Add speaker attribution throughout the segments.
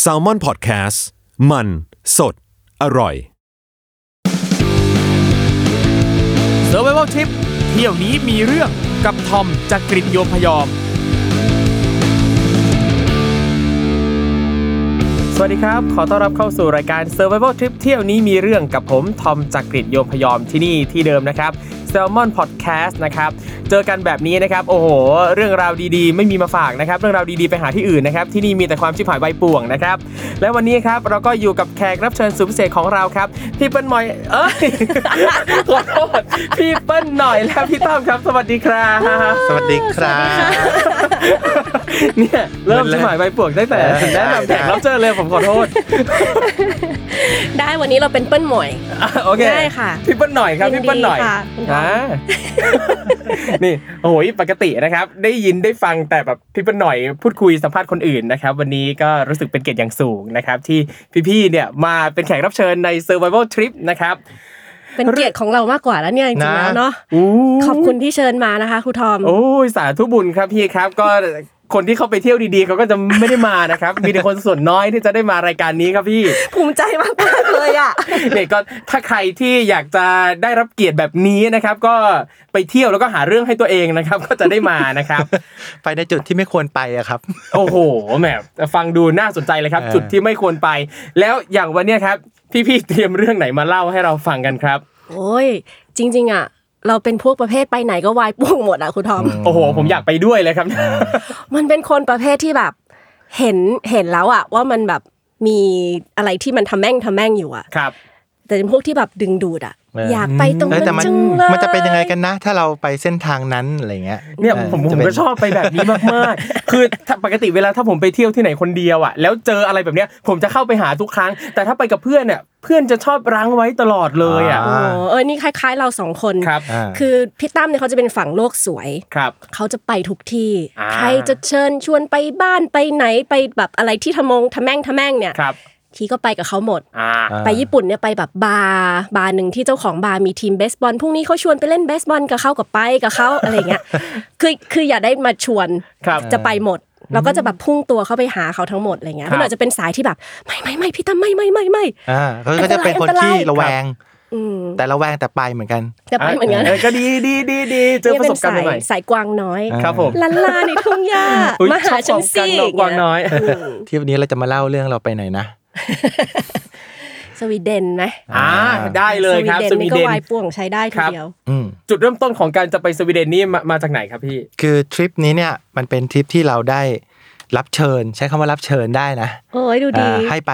Speaker 1: แซลมอนพอดแคสต์มันสดอร่อย
Speaker 2: s u r v i v a l Trip เที่ยวนี้มีเรื่องกับทอมจากกริฑโยมพยอม สวัสดีครับ ขอต้อนรับเข้าสู่รายการ Survival Trip เที่ยวนี้มีเรื่องกับผมทอมจากกริฑโยมพยอมที่นี่ที่เดิมนะครับ Salmon Podcast นะครับเจอกันแบบนี้นะครับ โอ้โห เรื่องราวดีๆ ไม่มีมาฝากนะครับ เรื่องราวดีๆไปหาที่อื่นนะครับ ที่นี่มีแต่ความชิบหายใบป่วงนะครับ และวันนี้ครับเราก็อยู่กับแขกรับเชิญสุดพิเศษของเราครับพี่เปิ้ลหมอยเอ้ย ขอโทษพี่เปิ้ลหน่อยและพี่ต้อมครับ สวัสดีครับ
Speaker 3: สวัสดีครับ
Speaker 2: เนี่ยเริ่มชิบหายใบป่วงตั้งแต่แนะนำแขกรับเชิญเลยผมขอโทษ
Speaker 4: ได้วันนี้เราเป็นเปิ้ลหมวย
Speaker 2: อ่ะโอเค
Speaker 4: ได้ค่ะ
Speaker 2: พี่เปิ้ลหน่อยครับ
Speaker 4: ยินดี
Speaker 2: พี่เปิ้ลหน่อย
Speaker 4: ค่ะคุณทอม
Speaker 2: อ่า นี่โอ้ยปกตินะครับ ได้ยินได้ฟังแต่แบบพี่เปิ้ลหน่อยพูดคุยสัมภาษณ์คนอื่นนะครับ วันนี้ก็รู้สึกเป็นเกียรติอย่างสูงนะครับ ที่พี่ๆเนี่ยมาเป็นแขกรับเชิญใน Survival Trip นะครับ
Speaker 4: เป็นเกียรติของเรามากกว่าแล้วเนี่ยจริงๆ
Speaker 3: นะ
Speaker 4: แล้วเนาะ
Speaker 2: อู้
Speaker 4: ขอบคุณที่เชิญมานะคะครูทอม
Speaker 2: โอ้ยสาธุบุญครับพี่ครับ ก็คนที่เขาไปเที่ยวดีๆเขาก็จะไม่ได้มานะครับ มีแต่คนส่วนน้อยที่จะได้มารายการนี้ครับพี่
Speaker 4: ภูมิใจมากๆเลยอ่ะ
Speaker 2: เนี่ยก็ถ้าใครที่อยากจะได้รับเกียรติแบบนี้นะครับ ก็ไปเที่ยวแล้วก็หาเรื่องให้ตัวเองนะครับ ก็จะได้มา นะครับ
Speaker 3: ไปในจุดที่ไม่ควรไปอะครับ
Speaker 2: โอ้โหแหมฟังดูน่าสนใจเลยครับ
Speaker 3: เออ
Speaker 2: จุดที่ไม่ควรไป แล้วอย่างวันเนี้ยครับ พี่ๆเตรียมเรื่องไหนมาเล่าให้เราฟังกันครับ
Speaker 4: โอ้ย จริง ๆ อ่ะ เราเป็นพวกประเภทไปไหนก็วายป่วงหมดอ่ะครูทอม
Speaker 2: โอ้โห ผมอยากไปด้วยเลยครับ
Speaker 4: มันเป็นคนประเภทที่แบบ เห็นเห็นแล้วอ่ะ ว่ามันแบบมีอะไรที่มันทำแม่งทำแม่งอยู่อ่ะ
Speaker 2: ครับ
Speaker 4: แต่เป็นพวกที่แบบดึงดูดอ่ะ
Speaker 3: เออ
Speaker 4: อ
Speaker 3: อ
Speaker 4: ยากไปตรง
Speaker 3: เออ
Speaker 4: นั้
Speaker 3: แต่
Speaker 4: น
Speaker 3: มัน
Speaker 4: จังเลย
Speaker 3: มันจะเป็นยังไงกันนะ ถ้าเราไปเส้นทางนั้นอะไรเงี้ย
Speaker 2: เนี่ย
Speaker 3: ออ
Speaker 2: ผมผ
Speaker 3: จะ
Speaker 2: ม
Speaker 3: เป็น
Speaker 2: ก็ชอบไปแบบนี้มากๆ คือถ้าปกติเวลาถ้าผมไปเที่ยวที่ไหนคนเดียวอ่ะแล้วเจออะไรแบบเนี้ยผมจะเข้าไปหาทุกครั้ง แต่ถ้าไปกับเพื่อนเนี่ยเพื่อนจะชอบรั้งไว้ตลอดเลยอ่ะ
Speaker 4: โอ้เออนี่คล้าย ๆ เราสองคน
Speaker 2: ครับ
Speaker 3: อ่า
Speaker 4: คือพี่ตั้มเนี่ยเขาจะเป็นฝั่งโลกสวย
Speaker 2: ครับ
Speaker 4: เขาจะไปทุกที่
Speaker 2: อ่า
Speaker 4: ใครจะเชิญชวนไปบ้านไปไหนไปแบบอะไรที่ทะมงทะแม่งทะแม่งเนี่ย
Speaker 2: ครับ
Speaker 4: ทีก็ไปกับเขาหมด
Speaker 2: อ่า
Speaker 3: อ่า
Speaker 4: ไปญี่ปุ่นเนี่ยไปแบบบาร์บาร์หนึ่งที่เจ้าของบาร์มีทีมเบสบอลพรุ่งนี้เขาชวนไปเล่นเบสบอลกับเขากับไปกับ เขา อะไรเงี้ย คือคืออย่าได้มาชวน
Speaker 2: ครับ
Speaker 4: จะไปหมดเราก็จะแบบพุ่งตัวเข้าไปหาเขาทั้งหมดอะไรเงี้
Speaker 2: ค
Speaker 4: ย
Speaker 2: รับ
Speaker 4: พี่หน่อยจะเป็นสายที่แบบไม่ไม่ไม่พี่ตั้มไม่ไม่ไม่ไม่
Speaker 3: อ่าเขาก็จะเป็นคน
Speaker 4: อันตราย
Speaker 3: ที่ระแวง
Speaker 4: อืม
Speaker 3: แต่ระแวงแต่ไปเหมือนกัน
Speaker 4: จะไปเหมือนกัน
Speaker 2: ก็ดีดีดีดีเจอประสบการณ์ใหม่
Speaker 4: เนี่ยเป็นสายสายกวางน้อย
Speaker 2: ๆครับผม
Speaker 4: ลันลาในทุ่งหญ้า
Speaker 2: อุ๊ย
Speaker 4: มา
Speaker 2: ช
Speaker 4: หา
Speaker 2: อบ
Speaker 4: ฉั
Speaker 2: กั
Speaker 4: นสิ
Speaker 2: นเนอะกวางน้อย
Speaker 3: ที่วันนี้เราจะมาเล่าเรื่องเราไปไหนนะ
Speaker 4: สวีเดนไหม
Speaker 2: อ่าได้เลยครับส
Speaker 4: สวี
Speaker 2: วี
Speaker 4: เด
Speaker 2: เด
Speaker 4: นนี่
Speaker 2: น
Speaker 4: ก็วายป่วงใช้ได้ที
Speaker 2: ครับ
Speaker 4: เดียว
Speaker 3: อืม
Speaker 2: จุดเริ่มต้นของการจะไปสวีเดนนี่มามาจากไหนครับพี่
Speaker 3: คือทริปนี้เนี่ยมันเป็นทริปที่เราได้รับเชิญ ใช้คำว่ารับเชิญได้นะ
Speaker 4: โอ้ยดูดี
Speaker 3: อ่าให้ไป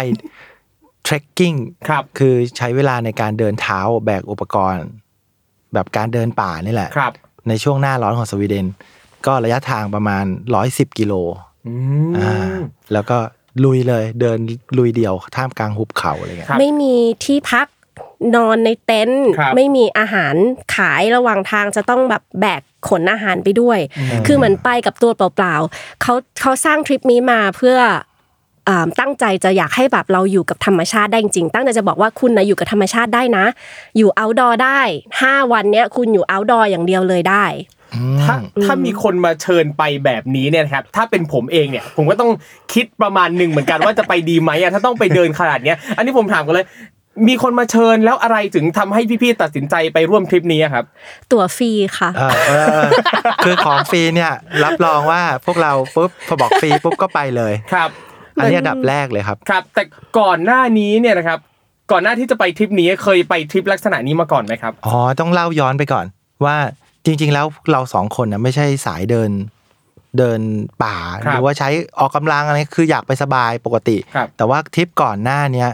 Speaker 3: trekking
Speaker 2: ครับ
Speaker 3: คือใช้เวลาในการเดินเท้าแบกอุปกรณ์ แบบการเดินป่านี่แหละ
Speaker 2: ครับ
Speaker 3: ในช่วงหน้าร้อนของสวีเดน ก็ระยะทางประมาณ 110 กิโล
Speaker 2: อื
Speaker 3: อ่าม แล้วก็ลุยเลยเดินลุยเดี่ยวท่ามกลางหุบเขาอะไรเงี้ย
Speaker 2: ครับ
Speaker 4: ไม่มีที่พักนอนในเต็นท์
Speaker 2: ครับ
Speaker 4: ไม่มีอาหารขายระหว่างทางจะต้องแบบแบกขนอาหารไปด้วย คือเหมือนไปกับตัวเปล่าๆเขาเขาสร้างทริปนี้มาเพื่ออ่าตั้งใจจะอยากให้แบบเราอยู่กับธรรมชาติได้จริงๆตั้งใจจะบอกว่าคุณนะอยู่กับธรรมชาติได้นะ อยู่ outdoor ได้ 5 วันเนี้ยคุณอยู่ outdoor อย่างเดียวเลยได้
Speaker 2: ถ้าถ้ามีคนมาเชิญไปแบบนี้เนี่ยนะครับ ถ้าเป็นผมเองเนี่ย ผมก็ต้องคิดประมาณหนึ่งเหมือนกันว่าจะไปดีไหมอะถ้าต้องไปเดินขนาดเนี้ย อันนี้ผมถามกันเลย มีคนมาเชิญแล้วอะไรถึงทำให้พี่ๆตัดสินใจไปร่วมทริปนี้อะครับ
Speaker 4: ตั๋วฟรีค่ะ
Speaker 3: เออเออเออคือของฟรีเนี่ยรับรองว่าพวกเราปุ๊บพอบอกฟรีปุ๊บก็ไปเลย
Speaker 2: ครับ
Speaker 3: อันนี้อันดับแรกเลยครับ
Speaker 2: ครับแต่ก่อนหน้านี้เนี่ยนะครับ ก่อนหน้าที่จะไปทริปนี้เคยไปทริปลักษณะนี้มาก่อนไหมครับ
Speaker 3: อ๋อ ต้องเล่าย้อนไปก่อน ว่าจริง ๆ แล้วเราสองคนนะไม่ใช่สายเดินเดินป่า
Speaker 2: ครับ
Speaker 3: หรือว่าใช้ออกกำลังอะไรคืออยากไปสบายปกติ
Speaker 2: ครับ
Speaker 3: แต่ว่าทริปก่อนหน้าเนี้ย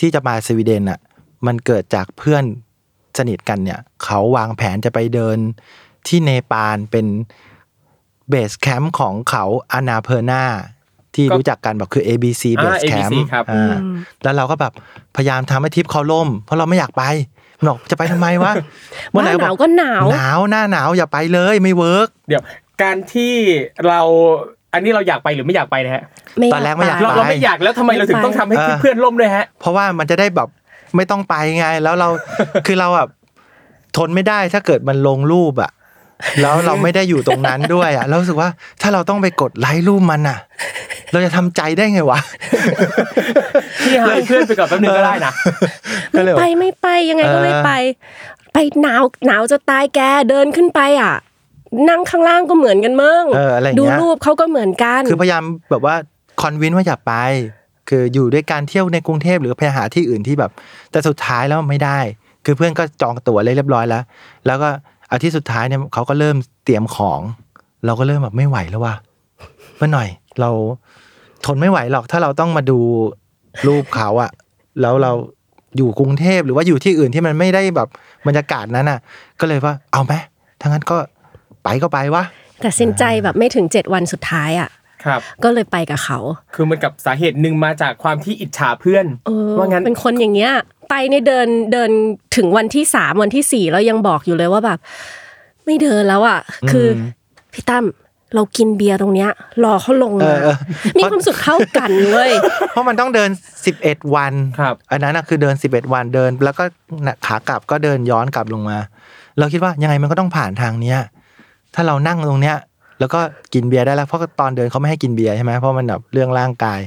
Speaker 3: ที่จะมาสวีเดนอ่ะมันเกิดจากเพื่อนสนิทกันเนี่ย เขาวางแผนจะไปเดินที่เนปาลเป็นเบสแคมป์ของเขาอานาเพอร์นา ที่
Speaker 2: ก็
Speaker 3: รู้จักกันแบบคือ A B C
Speaker 2: อ่า
Speaker 3: Base Camp
Speaker 2: ABC ครับ
Speaker 3: อ่า
Speaker 4: อืม
Speaker 3: แล้วเราก็แบบพยายามทำให้ทริปเขาล่ม เพราะเราไม่อยากไปหนอกจะไปทำไม วะเมื่อไหร่
Speaker 4: ห
Speaker 3: บ
Speaker 4: นา
Speaker 3: อ
Speaker 4: ว
Speaker 3: ก
Speaker 4: ก็หนาว
Speaker 3: หนาวหน้าหนาวอย่าไปเลยไม่เวิร์ก
Speaker 2: เดี๋ยวการที่เราอันนี้เราอยากไปหรือไม่อยากไปนะฮะ
Speaker 3: ตอนแรกไม่อยาก
Speaker 2: เรา
Speaker 4: ป
Speaker 2: เราไม่อยากแล้วทำไมเราถึงต้องทำให้
Speaker 3: เออ
Speaker 2: เพื่อนล่มด้วยฮะ
Speaker 3: เพราะว่ามันจะได้แบบไม่ต้องไปไง แล้วเรา คือเราแบบทนไม่ได้ถ้าเกิดมันลงรูปอะแล้วเราไม่ได้อยู่ตรงนั้นด้วยอะเรารู้สึกว่าถ้าเราต้องไปกดไลค์รูปมันอะเราจะทำใจได้ไงวะ
Speaker 2: พี่หายเพื่อนไปก่อนแป๊บนึงก็ได้นะ
Speaker 3: ก็เลยแบ
Speaker 4: ไป
Speaker 3: บ
Speaker 4: ไม่ไปยังไงก็ไม่
Speaker 3: เออ
Speaker 4: ไป ไปหนาวหนาวจะตายแกเดินขึ้นไปอ่ะ นั่งข้างล่างก็เหมือนกันมั้ง
Speaker 3: เอออะไรอย่าง
Speaker 4: ดู
Speaker 3: เงี้ย
Speaker 4: รูปเขาก็เหมือนกัน
Speaker 3: คือพยายามแบบว่าคอนวินว่าอย่าไป คืออยู่ด้วยการเที่ยวในกรุงเทพหรือพยายามหาที่อื่นที่แบบ แต่สุดท้ายแล้วไม่ได้ คือเพื่อนก็จองตั๋วเลยเรียบร้อยแล้ว แล้วก็อาทิตย์สุดท้ายเนี่ยเขาก็เริ่มเตรียมของ เราก็เริ่มแบบไม่ไหวแล้วว่ะเมื่อหน่อย เราทนไม่ไหวหรอก ถ้าเราต้องมาดูรูปเขาอะแล้วเราอยู่กรุงเทพหรือว่าอยู่ที่อื่นที่มันไม่ได้แบบบรรยากาศนั้นอะก็เลยว่าเอาไหมถ้างั้นก็ไปก็ไปวะ
Speaker 4: แต่สินใจแบบไม่ถึงเจ็ดวันสุดท้ายอ่ะ
Speaker 2: ครับ
Speaker 4: ก็เลยไปกับเขา
Speaker 2: คือมันกับสาเหตุหนึ่งมาจากความที่อิจฉาเพื่อน
Speaker 4: เออ
Speaker 2: ว่างั้น
Speaker 4: เป็นคนอย่างเงี้ย ไปเนี่ยเดินเดินถึงวันที่สามวันที่สี่แล้วยังบอกอยู่เลยว่าแบบ ไม่เดินแล้วอ่ะ คืออพี่ตั้มเรากินเบียร์ตรงเนี้ย รอเขาลงมา
Speaker 3: เออเออ
Speaker 4: มีความสุขเข้ากันเว้ย
Speaker 3: เพราะมันต้องเดิน 11 วัน
Speaker 2: ครับ
Speaker 3: อันนั้นน่ะคือเดิน 11 วันเดิน แล้วก็น่ะขากลับก็เดินย้อนกลับลงมา เราคิดว่ายังไงมันก็ต้องผ่านทางเนี้ย ถ้าเรานั่งตรงเนี้ย แล้วก็กินเบียร์ได้แล้วเพราะตอนเดินเขาไม่ให้กินเบียร์ใช่ไหมเพราะมันแบบเรื่องร่างกาย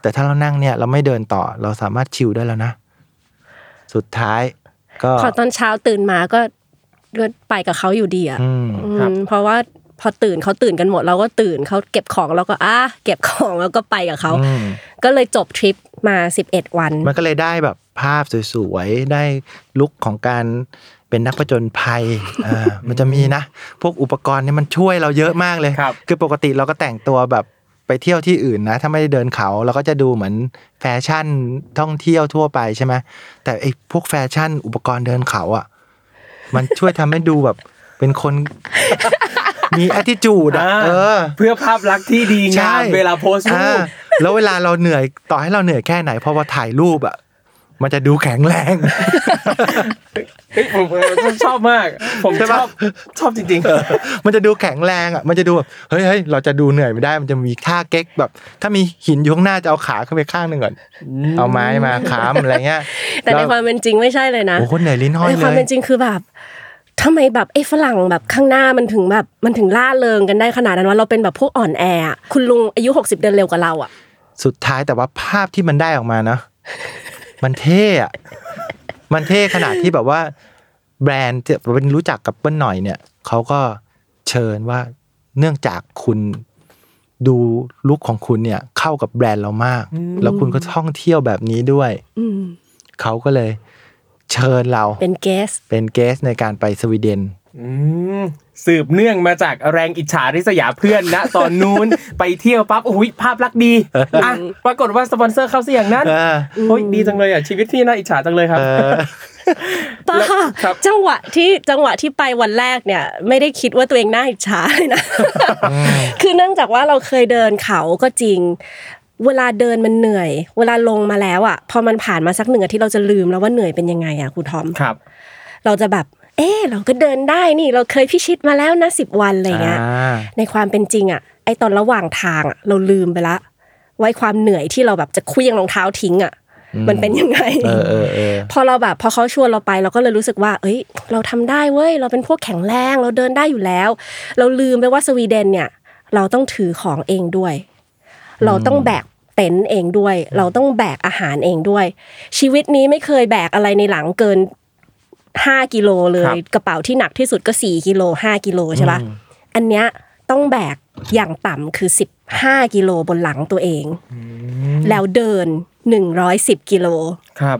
Speaker 3: แต่ถ้าเรานั่งเนี่ยเราไม่เดินต่อเราสามารถชิลได้แล้วนะ สุดท้ายก็
Speaker 4: พอตอนเช้าตื่นมาก็ก็ไปกับเขาอยู่ดีอ่ะ
Speaker 3: อืม
Speaker 4: อืม
Speaker 2: ครับ
Speaker 4: เพราะว่าพอตื่นเขาตื่นกันหมด เราก็ตื่นเขาเก็บของเราก็อ่ะเก็บของแล้วก็ไปกับเขา
Speaker 3: อืม
Speaker 4: ก็เลยจบทริปมา 11 วัน
Speaker 3: มันก็เลยได้แบบภาพสวยๆ ได้ลุคของการเป็นนักผจญภัยเอ อมันจะมีนะ พวกอุปกรณ์เนี่ยมันช่วยเราเยอะมากเลย
Speaker 2: ครับ
Speaker 3: อปกติเราก็แต่งตัวแบบไปเที่ยวที่อื่นนะ ถ้าไม่ได้เดินเขาเราก็จะดูเหมือนแฟชั่นท่องเที่ยวทั่วไปใช่ไหมแต่ไอ้พวกแฟชั่นอุปกรณ์เดินเขาอ่ะ มันช่วยทำให้ดูแบบเป็นคน มีอ t t i t u d e อ่ะเออ
Speaker 2: เพื่อภาพลักษณ์ที่ดีงามเวลาโพสต์รูป
Speaker 3: อ่าแล้วเวลาเราเหนื่อยต่อให้เราเหนื่อยแค่ไหนพอมาถ่ายรูปอ่ะ มันจะดูแข็งแรง
Speaker 2: เฮ้ยผมผมชอบมาก ผมชอบชอบจริง
Speaker 3: มันจะดูแข็งแรงอ่ะ มันจะดูแบบเฮ้ยเฮ้ยเราจะดูเหนื่อยไม่ได้ มันจะมีท่าเก๊กแบบ ถ้ามีหินอยู่ข้างหน้าจะเอาขาขึ้นไปข้างหนึ่งก่อน เอาไม้มาค้ำอะไรเงี้ย
Speaker 4: แต่ใน
Speaker 3: ล้ว
Speaker 4: ความเป็นจริงไม่ใช่เลยนะ
Speaker 3: โอ้โหเหนื่อยลิ้นห้อย
Speaker 4: ใน
Speaker 3: เล
Speaker 4: ความ
Speaker 3: ย
Speaker 4: เป็นจริงคือแบบทำไมแบบไอ้ฝรั่งแบบข้างหน้ามันถึงแบบมันถึงล่าเริงกันได้ขนาดนั้นว่าเราเป็นแบบพวกอ่อนแออะคุณลุงอายุ 60 เดือนเร็วกว่าเราอ่ะ
Speaker 3: สุดท้ายแต่ว่าภาพที่มันได้ออกมาเนาะ มันเท่อะมันเท่ขนาดที่แบบว่า แบรนด์ที่เป็นรู้จักกับเปิ้ลหน่อยเนี่ยเขาก็เชิญว่าเนื่องจากคุณดูลุคของคุณเนี่ย เข้ากับแบรนด์เรามาก แล้วคุณก็ท่องเที่ยวแบบนี้ด้วย
Speaker 4: อืม
Speaker 3: เขาก็เลยเชิญเรา
Speaker 4: เป็นเกส
Speaker 3: เป็นเกสในการไปสวีเดน
Speaker 2: ๆอืมสืบเนื่องมาจากแรงอิจฉาริษยาเพื่อน นะ ตอนนู้นไปเที่ยวปั๊บโอ้ยภาพลักษณ์ดี อ่ะปรากฏว่าสปอนเซอร์เข้าเสียางนั้น
Speaker 3: เออ
Speaker 2: โอ้ยดีจังเลยอ่ะชีวิตที่น่าอิจฉาจังเลยครับ
Speaker 3: เออ
Speaker 4: ป้า
Speaker 2: ครับ
Speaker 4: จังหวะที่จังหวะที่ไปวันแรกเนี่ย ไม่ได้คิดว่าตัวเองน่าอิจฉาเลยนะ คือเนื่องจากว่าเราเคยเดินเขาก็จริง เวลาเดินมันเหนื่อย เวลาลงมาแล้วอ่ะพอมันผ่านมาสักหนึ่งอาทิตย์เราจะลืมแล้วว่าเหนื่อยเป็นยังไงอ่ะครูทอม
Speaker 2: ครับ
Speaker 4: เราจะแบบ เออเราก็เดินได้นี่ เราเคยพิชิตมาแล้วนะสิบวันอะไรเงี้ย
Speaker 3: อ่า
Speaker 4: ในความเป็นจริงอ่ะไอตอนระหว่างทางอ่ะเราลืมไปละไว้ความเหนื่อยที่เราแบบจะเคลี้ยงรองเท้าทิ้งอ่ะมันเป็นยังไง
Speaker 3: เออเออเออ
Speaker 4: พอเราแบบพอเขาชวนเราไปเราก็เลยรู้สึกว่า เอ้ย เราทำได้เว้ยเราเป็นพวกแข็งแรงเราเดินได้อยู่แล้ว เราลืมไปว่าสวีเดนเนี่ย เราต้องถือของเองด้วย เราต้องแบกเต็นท์เองด้วย เราต้องแบกอาหารเองด้วย ชีวิตนี้ไม่เคยแบกอะไรในหลังเกินห้ากิโลเล
Speaker 2: ครั
Speaker 4: ย
Speaker 2: บ
Speaker 4: กระเป๋าที่หนักที่สุดก็สี่กิโลห้ากิโลใช่ปะอันเนี้ยต้องแบกอย่างต่ำคือสิบห้ากิโลบนหลังตัวเอง แล้วเดินหนึ่งร้อยสิบกิโล
Speaker 2: ครับ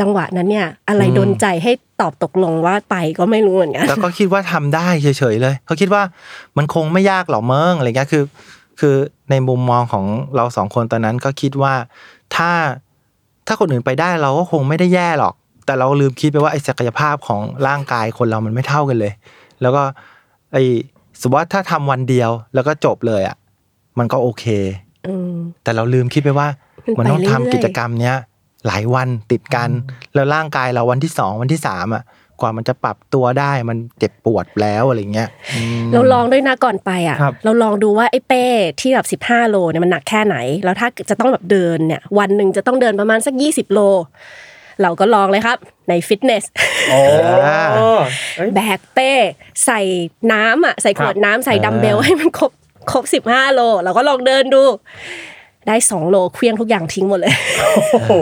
Speaker 4: จังหวะนั้นเนี่ย อะไรโดนใจให้ตอบตกลงว่าไปก็ไม่รู้เหมือนกัน
Speaker 3: แล้วก็คิดว่าทำได้เฉยๆเลยเขาคิดว่ามันคงไม่ยากหรอกเมิงอะไรเงี้ยคือ คือในมุมมองของเราสองคนตอนนั้นก็คิดว่าถ้าถ้าคนอื่นไปได้เราก็คงไม่ได้แย่หรอก แต่เราลืมคิดไปว่าไอ้ศักยภาพของร่างกายคนเรามันไม่เท่ากันเลย แล้วก็ไอ้สมมติว่าถ้าทำวันเดียวแล้วก็จบเลยอ่ะมันก็โอเค
Speaker 4: อืม
Speaker 3: แต่เราลืมคิดไปว่า
Speaker 4: มั
Speaker 3: มันน
Speaker 4: ไป
Speaker 3: ต้องทำ
Speaker 4: เรื่อยๆ
Speaker 3: กิจกรรมเนี้ยหลายวันติดกัน แล้วร่างกายเราวันที่สองวันที่สามอ่ะ กว่ามันจะปรับตัวได้มันเจ็บปวดแล้วอะไรเงี้ยอืม
Speaker 4: เราลองด้วยนะก่อนไปอ่ะ
Speaker 2: ครับ
Speaker 4: เราลองดูว่าไอ้เป้ที่แบบ 15 โลเนี่ยมันหนักแค่ไหน แล้วถ้าจะต้องแบบเดินเนี่ย วันหนึ่งจะต้องเดินประมาณสัก 20 โล เราก็ลองเลยครับ ในฟิตเนส
Speaker 2: โอ้
Speaker 3: เอ
Speaker 2: เอ้ย
Speaker 4: แบกเป้ใส่น้ำอ่ะใส่ขวดน้ำใส่ดัมเบล
Speaker 3: อ่า
Speaker 4: ให้มันครบครบสิบห้าโล เราก็ลองเดินดู ได้สองโลเคลี้ยงทุกอย่างทิ้งหมดเลย
Speaker 2: โอ้โห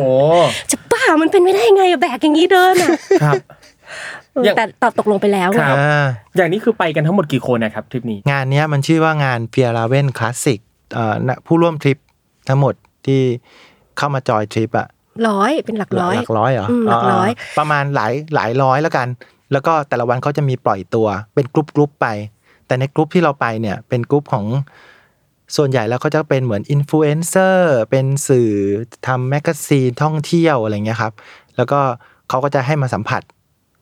Speaker 4: จะบ้ามันเป็นไม่ได้ไงอะแบกอย่างนี้เดินอ่ะ
Speaker 2: ครับ
Speaker 4: เออ
Speaker 2: อย่าง
Speaker 4: แต่ตอบตกลงไปแล้ว
Speaker 2: ค
Speaker 4: ไง
Speaker 2: รับ
Speaker 3: อ่า
Speaker 2: อย่างนี้คือไปกันทั้งหมดกี่คนนะครับทริปนี้
Speaker 3: งานเนี้ยมันชื่อว่างานเฟียราเวนคลาสสิกผู้ร่วมทริปทั้งหมดที่เข้ามาจอยทริปอะ
Speaker 4: ร้อยเป็นหลักร้อย
Speaker 3: หลักร้อยเหรอ
Speaker 4: อืมหลักร้อย
Speaker 3: าประมาณหลายหลายร้อยแล้วกัน แล้วก็แต่ละวันเขาจะมีปล่อยตัวเป็นกรุ๊ปกรุ๊ปไป แต่ในกรุ๊ปที่เราไปเนี่ยเป็นกรุ๊ปของส่วนใหญ่แล้วเขาจะเป็นเหมือนอินฟลูเอนเซอร์เป็นสื่อทำแมกกาซีนท่องเที่ยวอะไรเงี้ยครับ แล้วก็เขาก็จะให้มาสัมผัส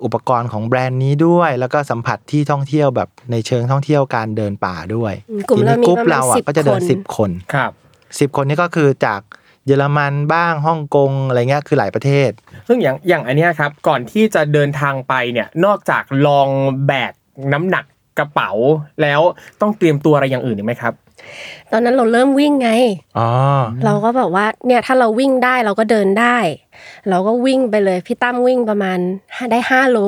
Speaker 3: อุปกรณ์ของแบรนด์นี้ด้วย แล้วก็สัมผัสที่ท่องเที่ยวแบบในเชิงท่องเที่ยวการเดินป่าด้วย
Speaker 4: อืมกลุ่มเรา
Speaker 3: ทีนี้
Speaker 4: มี
Speaker 3: กรุ๊ป
Speaker 4: ประมาณ
Speaker 3: เราอ่ะ
Speaker 4: 10
Speaker 3: ก็จะเดิน
Speaker 4: คน
Speaker 3: สิบคน
Speaker 2: ครับ
Speaker 3: สิบคนนี่ก็คือจากเยอรมันบ้างฮ่องกงอะไรเงี้ยคือหลายประเทศ
Speaker 2: ซึ่งอย่างอย่างอันเนี้ยครับ ก่อนที่จะเดินทางไปเนี่ย นอกจากลองแบกน้ำหนักกระเป๋า แล้วต้องเตรียมตัวอะไรอย่างอื่นอีกไหมครับ
Speaker 4: ตอนนั้นเราเริ่มวิ่งไง
Speaker 3: อ๋อ
Speaker 4: เราก็แบบว่าเนี่ยถ้าเราวิ่งได้เราก็เดินได้ เราก็วิ่งไปเลยพี่ตั้มวิ่งประมาณห้าได้ห้าโล